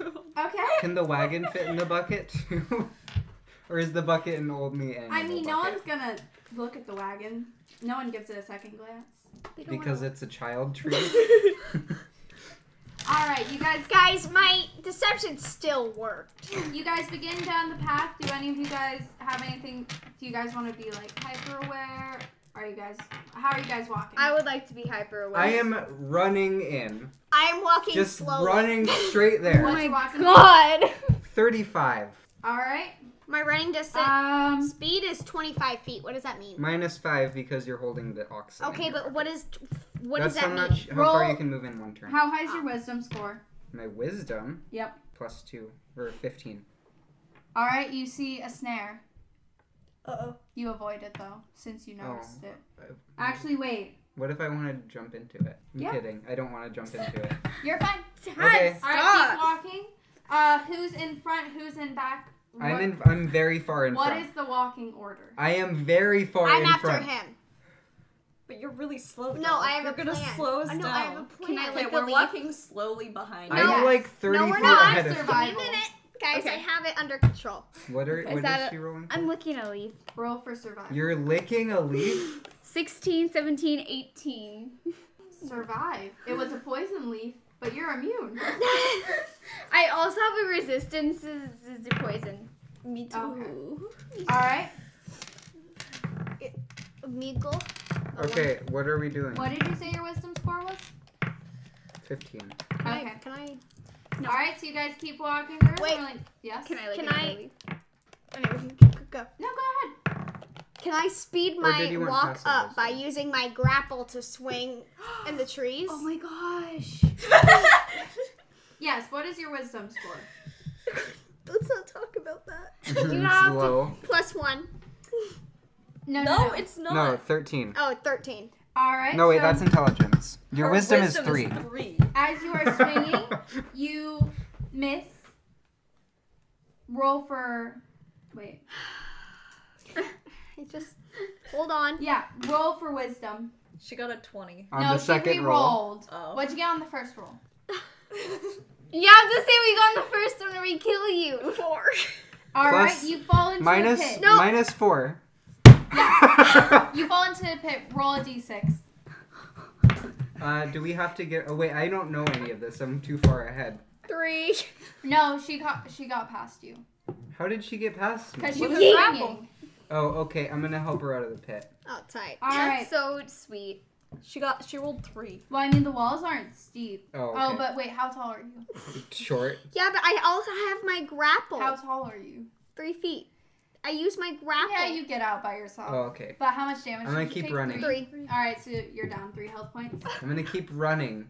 A: okay.
C: Can the wagon fit in the bucket too? <laughs> or is the bucket an old me animal
A: I mean, no
C: bucket?
A: one's gonna look at the wagon. No one gives it a second glance.
C: Because it's a
A: <laughs>
C: child tree. <laughs>
A: All right, you guys.
E: Guys, my deception still worked.
A: You guys begin down the path. Do any of you guys have anything? Do you guys want to be like hyper aware? Are you guys? How are you guys walking?
D: I would like to be hyper aware.
C: I am running in.
E: I'm walking
C: Just
E: slowly.
C: running straight there.
A: Let's walk in-
D: Oh God.
C: 35
A: All right.
E: My running distance
A: Um.
E: speed is 25 feet. What does that mean?
C: minus 5 because you're holding the oxen. in
E: Okay,
C: your
E: but
C: pocket.
E: what is what
C: That's
E: does that
C: how
E: mean?
C: much how far
A: Roll-
C: you can move in one turn.
A: How high is your wisdom score?
C: My wisdom
A: Yep.
C: plus 2 or 15.
A: All right. You see a snare.
E: Uh-oh.
A: You avoid it though, since you noticed it.
C: Uh,
A: Actually, wait.
C: What if I want to jump into it? I'm
A: Yeah.
C: kidding. I don't want to jump
A: <laughs>
C: into it.
A: You're fine.
C: Okay.
A: All right. Keep walking. Uh, who's in front? Who's in back?
C: I'm
A: What-
C: in. I'm very far in
A: What
C: front.
A: is the walking order?
C: I am very far
E: I'm
C: in
E: after
C: front.
E: him.
B: But you're really slow.
E: No,
B: though.
E: I have
B: You're
E: a
B: gonna
E: plan.
B: slow us
E: I know,
B: down.
E: I have a plan.
D: Can I,
B: Okay,
D: like,
B: we're
D: leave?
B: walking slowly behind.
C: I'm
B: you.
A: Yes.
C: like 30
E: No, we're
C: feet
E: not.
C: ahead of you.
E: Wait a
A: Survival.
E: minute, guys.
D: Okay.
E: I have it under control.
C: <laughs> What are?
D: Is
C: What is
D: that
C: she rolling?
D: <laughs>
C: for?
D: I'm looking at leaf.
A: Roll for survival.
C: You're licking a leaf.
D: 16, 17, 18.
A: survive. It was a poison leaf, but you're
C: <laughs>
A: immune.
D: I also have a resistance to to poison. Oh.
B: Me too.
A: All right.
E: Meagle.
C: Okay. What are we doing?
A: What did you say your wisdom score was?
C: 15.
E: Can
A: Okay.
E: I, can I?
A: All right. So you guys keep walking. Through.
E: Wait.
A: Like, yes.
D: Can I like
E: Can
D: another
E: I-
D: leaf?
E: Anyway, go- go.
A: No, go
E: Can I speed
C: Or did
E: my
C: you want
E: walk
C: passive
E: up
C: wisdom?
E: by using my grapple to
D: <gasps>
E: swing in the trees?
D: Oh my gosh.
A: ahead. yes. What is your wisdom score?
E: Let's not talk about that.
C: <laughs> it's low.
E: Plus one.
B: No, it's not.
C: No, 13.
E: Oh, 13.
A: All right.
C: No, wait.
A: so
C: That's intelligence. Your
B: Her
C: wisdom, is
B: wisdom <laughs>
C: three.
B: three.
A: as you are
C: <laughs>
A: swinging, you miss. Roll for. Wait.
E: It just hold on.
A: Yeah. Roll for wisdom.
B: She got a twenty.
C: On
A: no,
C: the
A: she
C: second roll.
A: re-rolled.
B: Oh.
A: What'd you get on the first roll?
D: You have to say we got on the first one or we kill you. <laughs>
E: Four.
A: All right.
C: Plus-
A: You fall into a
C: Minus
A: pit.
E: No.
C: minus four.
A: You fall into a pit. Roll a d6.
C: <laughs> uh, do we have to get? Oh wait, I don't know any of this. I'm too far ahead.
E: Three.
A: No, she got she got past you
C: How did she get past me?
A: because she
B: With
A: was
B: a
A: swinging.
C: Oh, okay. I'm gonna help her out of the pit.
E: Outside.
A: All right.
D: That's so sweet.
B: She got. She rolled three.
A: Well, I mean the walls aren't steep.
C: Oh, okay.
A: Oh, but wait, how tall are you?
C: short.
E: Yeah, but I also have my grapple.
A: How tall are you?
E: Three feet. I use my grapple.
A: Yeah, you get out by yourself.
C: Oh, okay.
A: But how much damage?
C: I'm gonna
A: did you
C: keep
A: take?
C: running.
E: Three.
A: All right, so you're down three health
E: <laughs>
A: points.
C: I'm gonna keep running.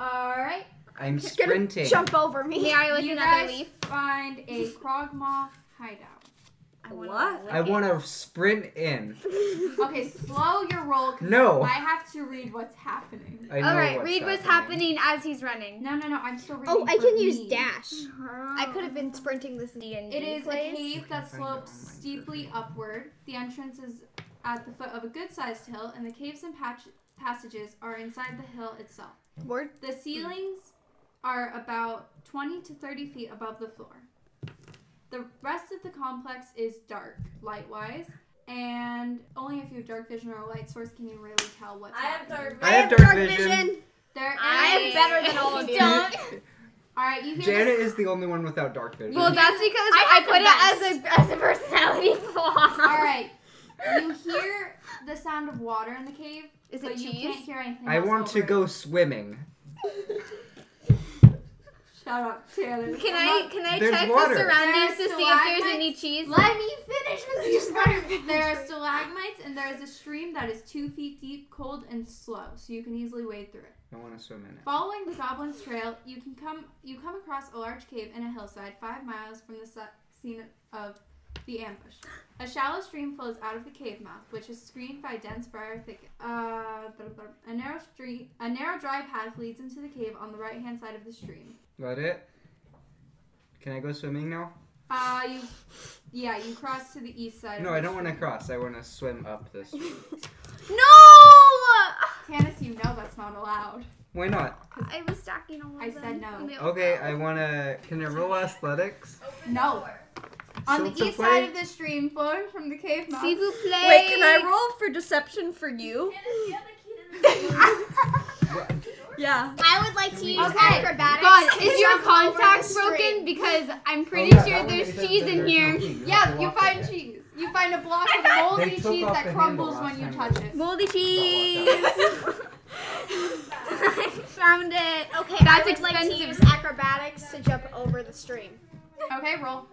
A: All right,
C: I'm
E: He's gonna
C: sprinting.
E: Jump over me.
D: May I lick
A: you
D: another
A: guys
D: leaf?
A: find
E: <laughs>
A: a Krogmaw hideout.
B: What?
C: I want to sprint in.
A: Okay, slow your roll. 'cause <laughs>
C: No.
A: I
C: I,
A: have to read what's happening.
C: know
D: All right,
C: what's
D: read what's
C: happening.
D: happening as he's running.
A: No, no, no. I'm still reading.
E: Oh, I
A: for
E: can use
A: me.
E: dash. Uh-huh. I could have been sprinting this.
D: D&D
A: It is a
D: place.
A: cave that
C: Find it online
A: slopes
C: for
A: steeply upward. The entrance is at the foot of a good-sized hill, and the caves and patch- passages are inside the hill itself.
E: Word.
A: The ceilings are about 20 to 30 feet above the floor. The rest of the complex is dark, light-wise, and only if you have dark vision or a light source can you really tell what's happening.
C: I have dark vision.
A: There
D: I
A: is-
D: am better than all of you. Don't.
A: All right, you hear
C: Janet
A: this-
C: is the only one without dark vision.
D: Well, Oh, that's because I, put it as a as a personality <laughs> flaw.
A: All right. You hear the sound of water in the cave,
D: Is
A: but
D: it
A: you
D: cheese?
A: can't hear anything.
C: I
A: else
C: want to
A: over it.
C: go swimming.
A: Shut up, Taylor.
D: Can I can I
C: There's
D: check
C: water.
D: the surroundings
A: There's
D: to see if there's
A: stalagmites.
D: any cheese?
A: Let me finish this. You <laughs> just wanna finish there are stalagmites, and there is a stream that is two feet deep, cold and slow, so you can easily wade through it.
C: I want to swim in it.
A: Following the goblin's trail, you can come you come across a large cave in a hillside five miles from the se- scene of the ambush. A shallow stream flows out of the cave mouth, which is screened by dense briar thicket. Uh, blah, blah, blah. a narrow street, a narrow dry path leads into the cave on the right hand side of the stream.
C: Got it? Can I go swimming now?
A: Uh, you, yeah, you cross to the east side.
C: No, I don't want to cross. I want to swim up this.
A: to. Tannis, you know that's not allowed.
C: Why not?
D: I was stacking all
A: I said no.
C: Okay, I want to. Can I roll athletics?
A: No. On the
C: So to
A: east
C: play-
A: side of the stream, flowing from the cave mouth.
D: See who plays.
B: Wait, can I roll for deception for you? <laughs> Yeah.
E: I would like to use
A: Okay.
E: acrobatics.
D: God,
E: to
D: is your
E: jump over
D: contact
E: the stream.
D: broken? Because I'm
C: Oh,
D: pretty
C: yeah, that
D: sure
C: one
D: there's
C: isn't-
D: cheese
C: there-
D: in
C: there's no
D: here.
C: cheese. have to
A: yeah, you
C: walk up
A: find
C: it.
A: cheese. You find a block of
C: They
A: moldy
C: took
A: cheese
C: off
A: that
C: the handle
A: crumbles
C: last
A: when you
C: time.
A: touch it.
D: Moldy cheese. <laughs> Found it.
E: Okay,
D: That's
E: I would like to use
D: expensive.
E: acrobatics to jump over the stream.
A: Okay, roll.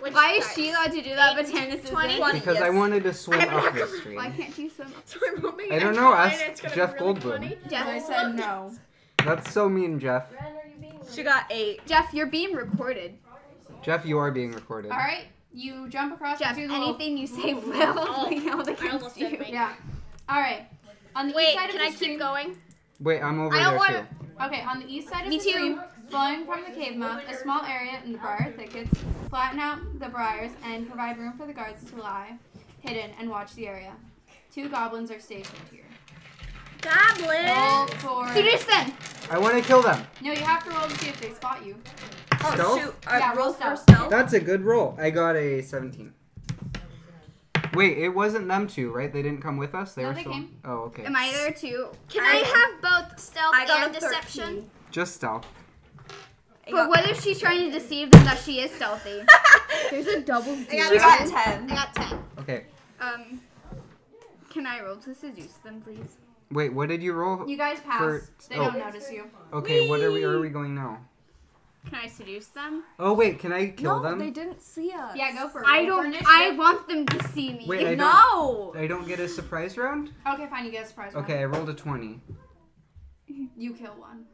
E: Which
D: Why is
E: sucks.
D: she allowed to do that, but Tannis isn't?
B: 20.
C: Because I
B: Yes.
C: wanted to swim
E: I'm
C: up
E: not
C: this
E: gonna-
C: stream.
D: Why can't you swim?
E: So I'm hoping
C: I don't
E: can
C: know,
E: win,
C: ask
E: it's gonna
C: Jeff
E: be really
C: Goldblum.
E: <laughs> funny.
A: And I said no.
C: That's so mean, Jeff.
B: She got eight.
D: Jeff, you're being recorded.
C: Jeff, you are being recorded.
A: All right, you jump across
D: Jeff,
A: and do the little-
D: anything you say will be <laughs> held
E: I Oh, almost
D: against
E: said
D: you.
E: my-
A: Yeah. All right. On the
E: Wait,
A: east side
E: can
A: of
E: I
A: the stream,
E: keep going?
C: Wait, I'm over
E: I
C: there
E: don't wanna-
C: too.
A: Okay, on the east side of
D: Me
A: the
D: too.
A: stream, flowing from the cave mouth, a small area in the briar thickets flatten out the briars and provide room for the guards to lie hidden and watch the area. Two goblins are stationed here. Roll
E: Goblin!
A: for
D: Suderson!
C: I want to kill them.
A: no, you have to roll to see if they spot you.
B: Oh
C: Stealth?
B: shoot! I
A: Yeah, roll
B: rolled for
A: stealth.
B: stealth.
C: That's a good roll. I got a 17. Wait, it wasn't them two, right? They didn't come with us. They
A: No,
C: were
A: they
C: still.
A: came.
C: Oh, okay.
D: Am I there too?
E: Can I, have both stealth
B: I got
E: and
B: a
E: deception?
C: Just stealth.
B: I
D: But
B: got,
D: what if she's trying to deceive them that she is stealthy? There's a double D.
B: she got ten.
E: I got 10.
C: Okay.
D: Um, can I roll to seduce them, please?
C: Wait, what did you roll?
A: You guys pass.
C: For-
A: they
C: oh.
A: don't notice you.
C: Okay, what are we? Where are we going now?
D: Can I seduce them?
C: Oh wait, can I kill them?
B: didn't see us.
A: Yeah, go for it.
D: I
A: Roll for
D: don't.
A: initiative.
D: I want them to see me.
C: Wait, I don't.
B: No.
C: I don't get a surprise round.
A: Okay, fine. You get a surprise. round.
C: Okay, I rolled a twenty.
A: You kill one.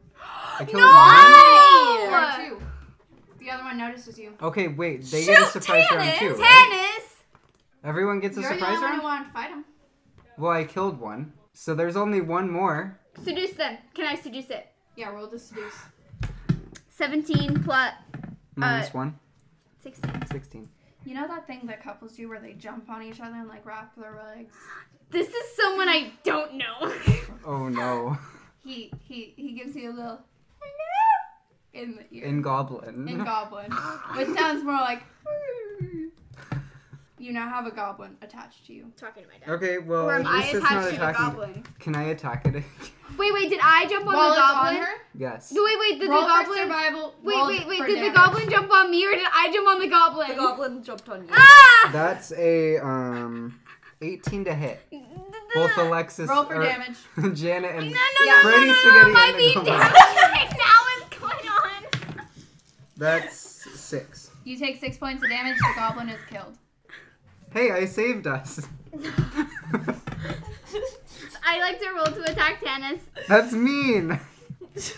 C: I killed no!
A: Or
D: What?
A: two. The other one notices you.
C: one. Okay, wait. They get a surprise round too. right?
D: Tannis!
C: Everyone gets a
A: You're the
C: surprise
A: only one
C: round.
A: who wanted to fight him.
C: Well, I killed one, so there's only one more.
D: Seduce them. Can I seduce it?
A: Yeah, roll to seduce.
D: 17 plus
C: Minus
A: Uh,
C: one.
D: 16.
C: Sixteen.
A: You know that thing that couples do where they jump on each other and like wrap their legs?
D: This is someone I don't know. <laughs>
C: Oh no.
A: He he he gives you a little in the ear.
C: In goblin.
A: In goblin. Which sounds more like "Hmm." you now have a goblin attached to you.
E: Talking to my dad.
C: Okay, well,
D: or
C: at
D: am I
C: least it's Oh, not
D: attached to the
C: attacking.
D: goblin?
C: Can I attack it?
D: Wait, wait, did I jump on
A: While
D: the
A: it's
D: goblin?
A: on her,
C: <laughs> yes.
D: <laughs> No, wait, wait, did
A: roll
D: the
A: for
D: goblin.
A: survival.
D: Wait,
A: roll
D: wait, wait,
A: for
D: did the
A: damage.
D: goblin jump on me or did I jump on the goblin?
B: The goblin jumped on you.
D: Ah!
C: That's a um, 18 to hit. Both Alexis,
A: Roll for
C: or
A: damage.
C: <laughs> Janet, and
D: No, no,
A: Yeah.
D: no, no,
C: Freddy
D: no, no,
C: Spaghetti
D: am I
C: and the
D: being
C: goblin.
D: damaged <laughs> right now? What's going on?
C: that's six.
A: You take six points of damage, the goblin is killed.
C: Hey, I saved
D: <laughs>
C: us. <laughs>
D: I like to roll to attack Tannis.
C: That's mean.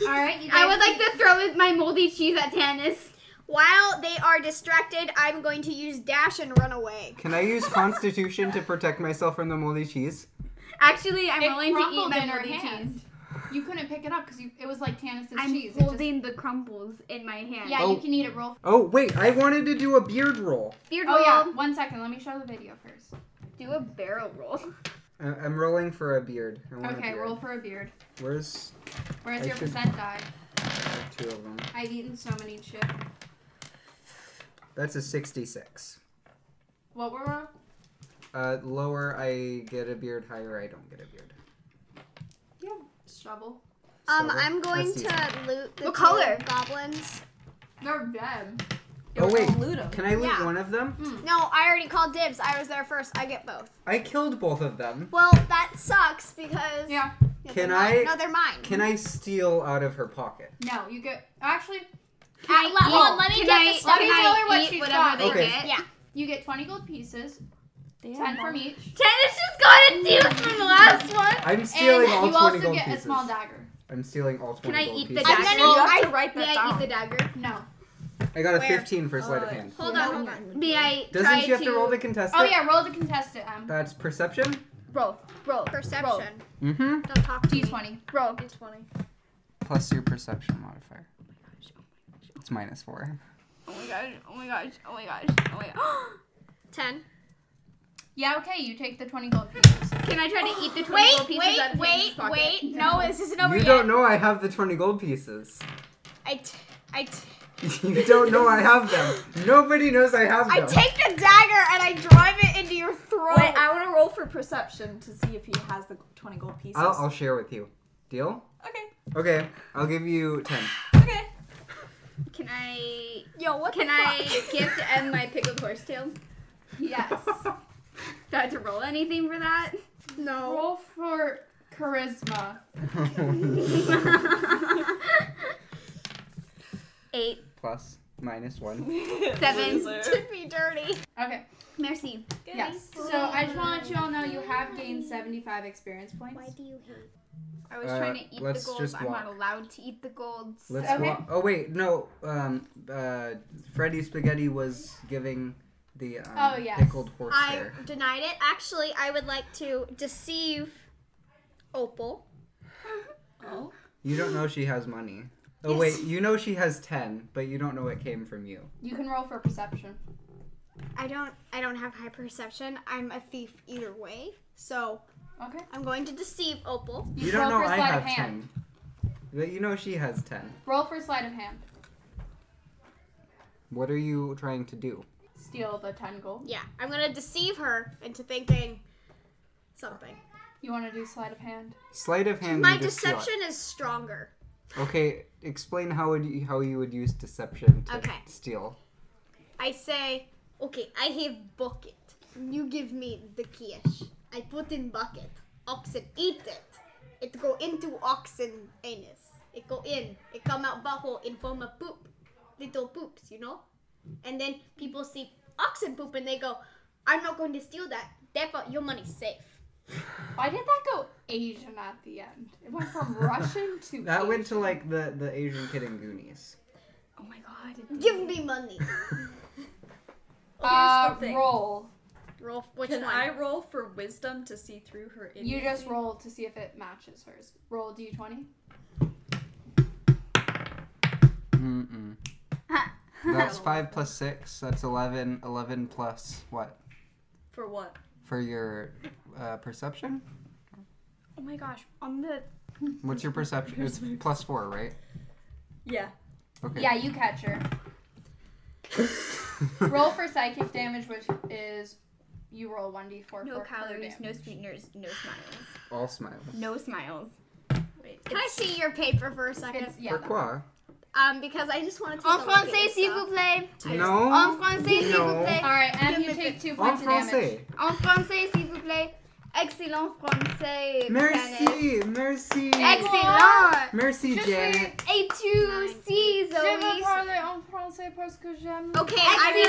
A: Alright, you guys
D: I would like to throw my moldy cheese at Tannis.
E: While they are distracted, I'm going to use dash and run away.
C: Can I use Constitution to protect myself from the moldy cheese?
D: Actually, I'm
A: it
D: willing to eat
A: crumbled
D: my
A: in her
D: moldy cheese.
A: hand. You couldn't pick it up because it was like Tannis's
D: I'm
A: cheese. It just-
D: holding the crumbles in my hand.
A: yeah,
C: Oh.
A: you can eat it. Roll
C: Oh wait, I wanted to do a beard roll.
D: Beard
A: Oh
D: roll.
A: yeah, one second. Let me show the video first.
D: Do a barrel roll.
C: I- I'm rolling for a beard. I want a
A: Okay,
C: beard.
A: roll for a beard.
C: Where's
A: Where's
C: I
A: your
C: should-
A: percent die?
C: there are two of them?
A: I've eaten so many chips.
C: That's a 66.
A: What were our-
C: Uh, lower I get a beard, higher I don't get a beard.
A: shovel?
E: Um,
C: So
E: I'm going
C: that's decent.
E: to loot the
D: What
E: two
D: color?
E: goblins.
A: They're dead.
C: Oh, wait.
B: Loot 'em.
C: Can I loot
E: Yeah.
C: one of them?
E: No, I already called dibs. I was there first. I get both.
C: I killed both of them.
E: Well, that sucks because
A: Yeah.
E: Yeah,
C: Can
E: they're
C: I-
E: Mine. No, they're mine.
C: Can I steal out of her pocket?
A: No, you get actually
E: I let, hold on, let
D: <laughs>
E: me
D: Can
E: get
D: I-
E: this.
A: let
E: Let
A: me
E: me
A: tell her what
D: eat
A: she's
D: whatever
A: got
D: they
C: Okay.
D: get?
E: Yeah.
A: you get twenty gold pieces, ten
B: Damn.
A: from each,
D: Tannis just got a deal from the last one.
C: I'm
A: and
C: stealing all
A: you
C: 20
A: also
C: gold
A: get
C: pieces.
A: a small dagger.
C: I'm stealing all 20
D: Can I
C: gold
D: eat the
C: pieces.
D: dagger?
E: gonna-
D: You have
E: I-
D: to write
E: may
D: that
E: I eat
D: down. the dagger?
A: No.
C: I got a
E: Where?
C: 15 for sleight of
B: Uh,
C: hand.
E: Hold on, hold on.
D: May I
C: Doesn't
D: try
C: she have to, roll the contestant?
A: Oh yeah, roll the contestant. Um,
C: That's perception?
D: roll, roll, roll,
E: Perception.
C: Mm-hmm.
E: Don't talk to
A: D
E: me.
A: twenty.
D: roll.
C: Plus your perception modifier. It's minus four.
D: Oh my gosh! Oh my gosh! Oh my gosh! Oh my gosh!
E: Ten.
A: <gasps> Yeah. Okay. You take the twenty gold pieces.
D: Can I try to eat the twenty
E: Wait,
D: gold pieces out of
E: wait,
D: Tannis'
E: wait,
D: pocket?
E: wait. No, this isn't over
C: you
E: yet.
C: don't know I have the 20 gold pieces. <laughs>
E: I, t- I, t-
C: you don't know I have them. Nobody knows I have
E: I
C: them.
E: take the dagger and I drive it into your throat.
B: Wait, I want to roll for perception to see if he has the twenty gold pieces.
C: I'll, I'll share with you. Deal?
B: Okay.
C: Okay, I'll give you 10.
B: Okay.
D: Can I?
E: Yo, what
D: Can
E: the
D: I
E: fuck? <laughs>
D: gift Em my pickled horsetail?
A: Yes.
D: Do I have to roll anything for that?
E: No.
A: Roll for charisma.
D: Eight.
C: <laughs> Plus, minus one.
D: Seven.
B: Loser.
E: Did me dirty.
A: Okay.
D: <laughs> Merci.
A: Yes. So I just want to let you all know you have gained 75 experience points.
E: do you hate?
D: I was
C: Uh,
D: trying to eat the
C: let's
D: gold.
C: just
D: I'm not
C: walk.
D: allowed to eat the gold.
C: Let's
A: Okay.
C: walk. Oh wait, no. Um, uh, Freddy Spaghetti was giving the um,
A: Oh, yes.
C: pickled horse
E: I
C: there.
E: denied it. Actually, I would like to deceive Opal.
B: Oh.
C: You don't know she has money. Oh
E: Yes.
C: wait, you know she has ten, but you don't know it came from you.
A: You can roll for perception.
E: I don't. I don't have high perception. I'm a thief either way. So
A: Okay.
E: I'm going to deceive Opal.
C: You,
A: roll
C: don't know
A: for
C: I
A: sleight
C: have
A: of hand.
C: ten, but you know she has ten.
A: Roll for sleight of hand.
C: What are you trying to do?
A: Steal the 10 gold.
E: Yeah, I'm gonna deceive her into thinking something.
A: You want to do sleight of hand?
C: Sleight of hand.
E: My
C: you just steal it.
E: deception is stronger.
C: Okay, explain how would you, how you would use deception to
E: Okay.
C: steal.
E: I say, okay, I have bucket. You give me the cash. I put in bucket. Oxen eat it. It go into oxen anus. It go in. It come out bubble in form of poop. Little poops, you know? And then people see oxen poop and they go, I'm not going to steal that. Therefore, your money's safe.
A: Why did that go Asian at the end? It went
C: <laughs>
A: from Russian to
C: That went to
A: Asian.
C: like the the Asian kid in Goonies.
D: Oh my god.
E: Give me money.
B: Here's
A: Uh,
B: the thing.
A: roll.
E: Roll which
B: Can
E: one?
B: I roll for wisdom to see through her? Idiocy?
A: You just roll to see if it matches hers. Roll d20.
C: Mm-mm. That's five plus six. That's eleven. Eleven plus what
B: for what?
C: for your uh, perception?
D: Oh my gosh. On the
C: What's your perception? It's plus four, right?
B: Yeah.
C: Okay.
A: Yeah, you catch her.
C: <laughs>
A: Roll for psychic damage, which is you roll 1d4
D: no
A: for her
D: calories, no
A: damage.
D: sweeteners, no smiles.
C: All smiles.
D: No smiles.
B: Wait.
E: Can I see your paper for a second?
A: It's, yeah,
C: Pourquoi?
E: Um, because I just want to take
D: En
E: a look at
D: français,
E: this
D: s'il
E: stuff.
D: vous plaît. En
C: No.
D: français, s'il vous
C: Oh, No.
D: plaît.
A: All right, and you
E: Give me
A: take two
C: En
A: points of damage.
C: français.
D: En français, s'il vous plaît. Excellent français. Janet.
C: Merci, merci,
D: Excellent.
C: merci,
A: Je suis-
C: Janet.
D: Et tu aussi,
A: Je veux
D: Zoe.
A: parler en français parce que j'aime.
E: Okay,
D: Excellent,
E: I'm gonna do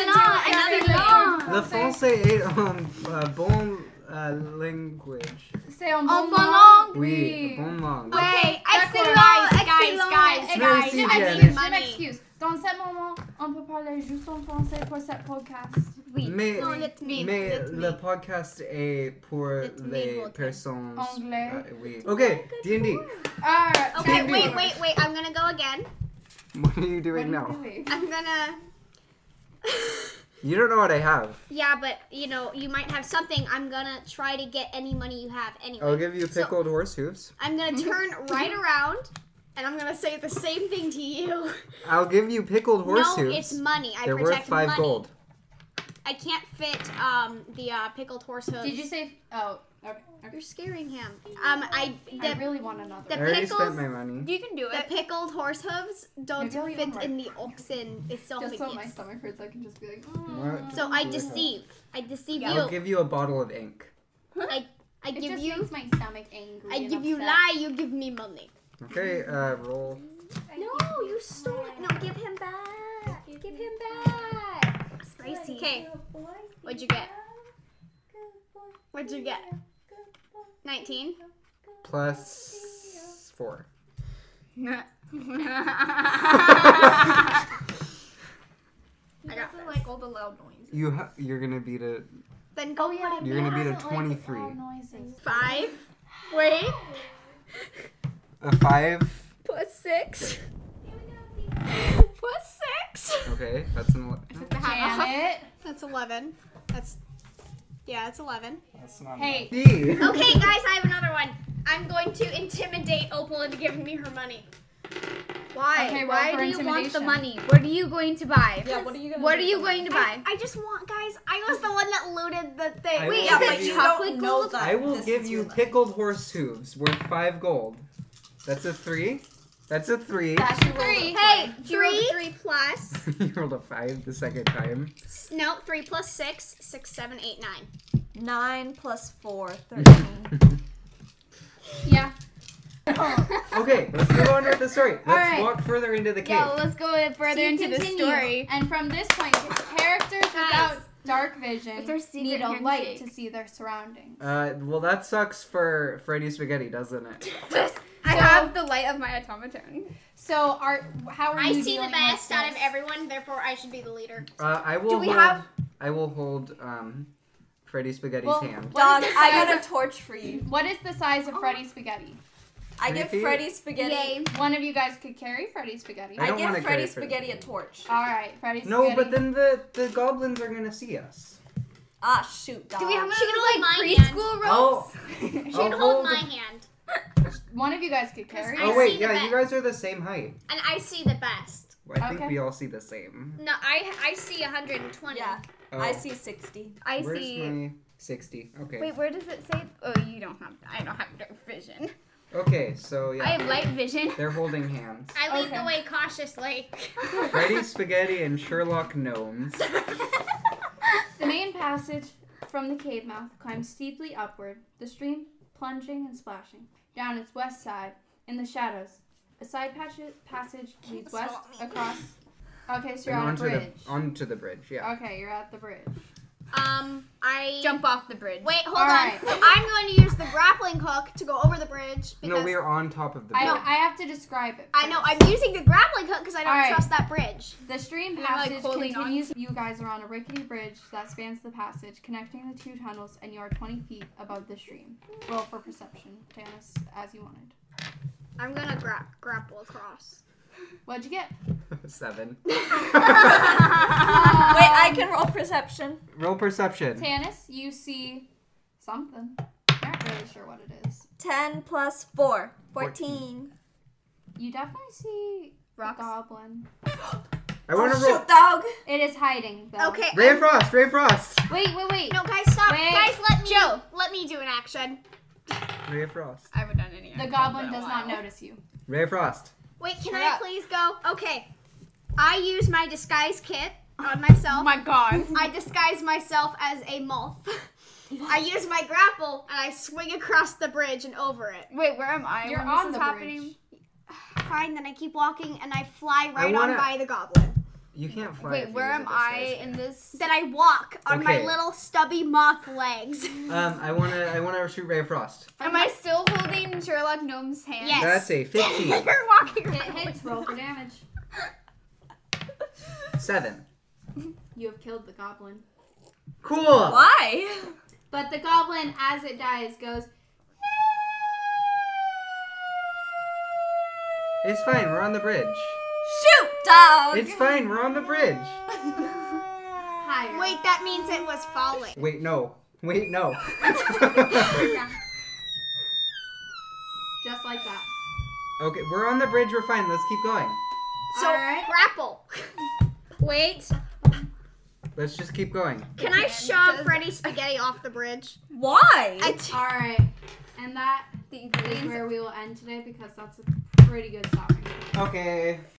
D: excellent.
E: another
A: thing.
C: Le français est un uh, bon uh, language.
A: C'est un
D: En
A: bon
D: bon
A: moment.
D: langue.
C: Oui, bon langue.
D: Ouais,
E: d'accord.
D: excellent,
E: Guys, guys,
D: excellent,
E: guys,
D: excellent.
C: Merci,
A: Excuse,
C: Janet.
A: je
E: Money.
A: m'excuse. Dans ce moment, on peut parler juste en français pour cette podcast.
D: Oui.
C: Mais,
E: No, let me.
C: mais
E: let me.
C: le podcast eh, est pour
E: Let me
C: les
E: voter.
C: personnes
A: Anglais.
C: euh, oui.
E: Oh
C: Okay, D&D.
A: All right.
E: Okay,
C: Maybe.
E: wait, wait, wait. I'm gonna go again.
C: What are you
A: What
C: doing
A: are
C: now?
A: you doing?
E: I'm gonna. <laughs>
C: You don't know what I have.
E: yeah, but you know, you might have something. I'm gonna try to get any money you have anyway.
C: I'll give you
E: So-
C: pickled horse hooves.
E: I'm gonna turn right around, and I'm gonna say the same thing to you.
C: I'll give you pickled horse
E: <laughs> no,
C: hooves.
E: it's money. I
C: They're worth
E: protect
C: five
E: money.
C: gold.
E: I can't fit um the uh, pickled horse hooves.
A: Did you say? Oh, okay. okay.
E: You're scaring him. Um, I
A: I
E: the,
A: really want another.
E: the
C: I already
E: pickles-
C: spent my money.
D: You can do
E: the
D: it.
E: pickled horse hooves don't
A: Maybe I'll eat
E: fit
A: them
E: in the oxen
A: Just
E: esophagus.
A: so my stomach hurts, I can just be like. "Oh,
C: What?
E: So I deceive. I deceive you.
C: I'll give you a bottle of ink.
E: I
A: It
E: give
A: just
E: you.
A: makes my stomach angry.
E: I
A: and
E: give you
A: upset.
E: lie. You give me money. <laughs>
C: Okay, uh, roll.
E: No, you stole it. No, give him back. Give him back. Spicy. Okay. What'd you get? What'd you get? Nineteen.
C: Plus
E: <laughs>
C: four.
E: I got this.
B: like all the loud noises.
C: You ha- you're gonna beat a
E: Then go
A: Oh yeah.
C: You're gonna
A: Matt
C: beat a
A: doesn't
C: 23.
A: Like loud noises.
E: five. Wait.
C: a five.
E: Plus six. Plus six.
C: Okay, that's an. ele- no,
A: Janet.
E: That's eleven. That's yeah. That's eleven.
C: that's not
A: Hey.
C: D.
E: Okay, guys, I have another one. I'm going to intimidate Opal into giving me her money.
D: Why?
A: Okay, roll
D: Why
A: for
D: do you want the
A: intimidation.
D: money? What are you going to buy?
B: Yeah, what are you gonna
D: What
B: do
D: are you
B: with
D: going to buy?
E: I just want, guys. I was the one that looted the thing.
C: I
E: Wait,
C: will
E: is
C: give
E: it
C: you-
D: chocolate gold?
B: that
C: I will
B: this
C: give
B: is
C: you
B: your life.
C: pickled horse hooves worth five gold. That's a three. That's a three. <laughs>
A: That's your three.
E: Hey,
D: You rolled a
E: three, three plus.
C: you rolled a five the second time.
E: No, three plus six, six, seven, eight, nine.
B: Nine plus
C: <laughs>
B: four, thirteen.
A: Yeah.
C: okay, let's move on with the story. Let's
D: right.
C: walk further into the cave.
D: Yeah, let's go further
A: So you
D: into the
A: continue,
D: story.
A: And from this point, characters without dark vision
D: It's our secret
A: need a light
D: handshake.
A: to see their surroundings.
C: Uh, well, that sucks for Freddy Spaghetti, doesn't it?
D: I
A: <laughs> So-
D: have the light of my automaton.
A: So, are how are
E: I
A: you
E: see the
A: dealing
E: best
A: with
E: out of
A: this?
E: everyone, therefore I should be the leader.
C: Uh, I will.
D: Do we
C: hold,
D: have-
C: I will hold um, Freddy Spaghetti's
A: Well,
C: hand.
A: What
B: Dog,
A: is this
B: I
A: size
B: got a torch for you.
A: What is the size of Freddy's spaghetti?
B: I
C: Three
B: give
C: feet?
B: Freddy spaghetti.
D: Yay.
A: One of you guys could carry Freddy's spaghetti.
C: I
B: I,
C: don't wanna
B: give Freddy
C: carry Freddy.
B: spaghetti a torch.
A: All right, Freddy's
C: No,
A: spaghetti.
C: but then the the goblins are gonna see us.
B: Ah, shoot, dog.
D: Do we have one of
E: She can
D: those, like
E: hold my
D: preschool
C: Oh.
D: <laughs> ropes?
C: I'll
E: She can hold
C: hold-
E: my hand,
A: one of you guys could carry.
E: I
C: Oh
A: it.
E: see
C: wait,
E: the
C: yeah,
E: back.
C: you guys are the same height.
E: and I see the best.
C: Well, I
A: Okay.
C: think we all see the same.
E: No, I I see 120.
B: Yeah,
C: Oh,
B: I see 60.
D: I
C: where's
D: see.
C: my sixty? Okay.
D: Wait, where does it say? Oh, you don't have. I don't have dark vision.
C: Okay, so yeah,
D: I have light vision.
C: they're holding hands.
E: I <laughs> lead
A: Okay.
E: the way cautiously. <laughs>
C: Freddy Spaghetti and Sherlock Gnomes.
A: The main passage from the cave mouth climbs steeply upward, the stream plunging and splashing down its west side in the shadows. A side passage, passage leads west across. Okay, so
C: And
A: you're on a
C: onto
A: bridge.
C: the onto the bridge. Yeah.
A: Okay, you're at the bridge.
E: um, I
D: Jump off the bridge.
E: Wait, hold
A: All
E: on.
A: right.
E: I'm going to use the grappling hook to go over the bridge Oh, because
C: No, we are on top of the
A: I,
C: bridge.
A: I have to describe it.
E: I know
A: first.
E: I'm using the grappling hook because I don't
A: All right.
E: trust that bridge.
A: The stream
D: And I'm, like,
A: passage
D: holding on
A: continues. You guys are on a rickety bridge that spans the passage, connecting the two tunnels, and you are 20 feet above the stream. Roll for perception, Tannis, as you wanted.
E: I'm gonna gra- grapple across.
A: What'd you get?
C: <laughs> Seven.
B: Wait, I can roll perception.
C: Roll perception.
A: Tannis, you see something. I'm not really sure what it is.
B: 10 plus 4. 14.
A: You definitely see
D: Rocks.
A: a goblin.
C: I want to
B: Oh,
C: roll.
B: Shoot, dog.
A: It is hiding, though.
E: Okay.
C: Ray Frost. Ray Frost.
A: Wait, wait, wait.
E: No, guys, stop.
A: Wait.
E: Guys, let me
D: Joe.
E: let me do an action.
C: Ray Frost.
D: I haven't done any.
A: The goblin does not notice you.
C: Ray Frost.
E: Wait, can
A: Shut
E: I
A: up.
E: please go? Okay. I use my disguise kit on myself.
A: <laughs>
D: Oh my god.
E: I disguise myself as a moth. I use my grapple and I swing across the bridge and over it.
D: Wait, where am I?
A: You're
D: when
A: on
D: this
A: the
D: is happening?
A: bridge.
E: Fine, then I keep walking and I fly right
C: wanna-
E: on by the goblin.
C: You can't fly. if
D: Wait,
C: you
D: where
C: use a
D: am I
C: disguise.
D: in this?
E: Then I walk on my
C: Okay.
E: little stubby moth legs. <laughs>
C: Um, I wanna, I wanna shoot Ray Frost.
D: Am I still holding Sherlock Gnome's hand?
E: Yes.
C: That's a fifteen.
E: You're walking
A: It
E: right
A: hits. Roll for damage.
C: Seven.
A: You have killed the goblin.
C: Cool.
B: Why?
A: But the goblin, as it dies, goes,
C: It's fine. We're on the bridge.
B: Shoot, dog.
C: It's fine. We're on the bridge.
A: higher.
E: Wait, that means it was falling.
C: Wait, no. Wait, no. <laughs>
A: Just like that.
C: okay, we're on the bridge. We're fine. Let's keep going.
E: So
A: All right.
E: grapple. Wait,
C: Let's just keep going.
E: can I shove Freddy Spaghetti off the bridge?
B: Why?
E: I t-
A: All right. And that
D: The
A: is
D: ingredients.
A: where we will end today because that's a pretty good stopping.
C: Okay.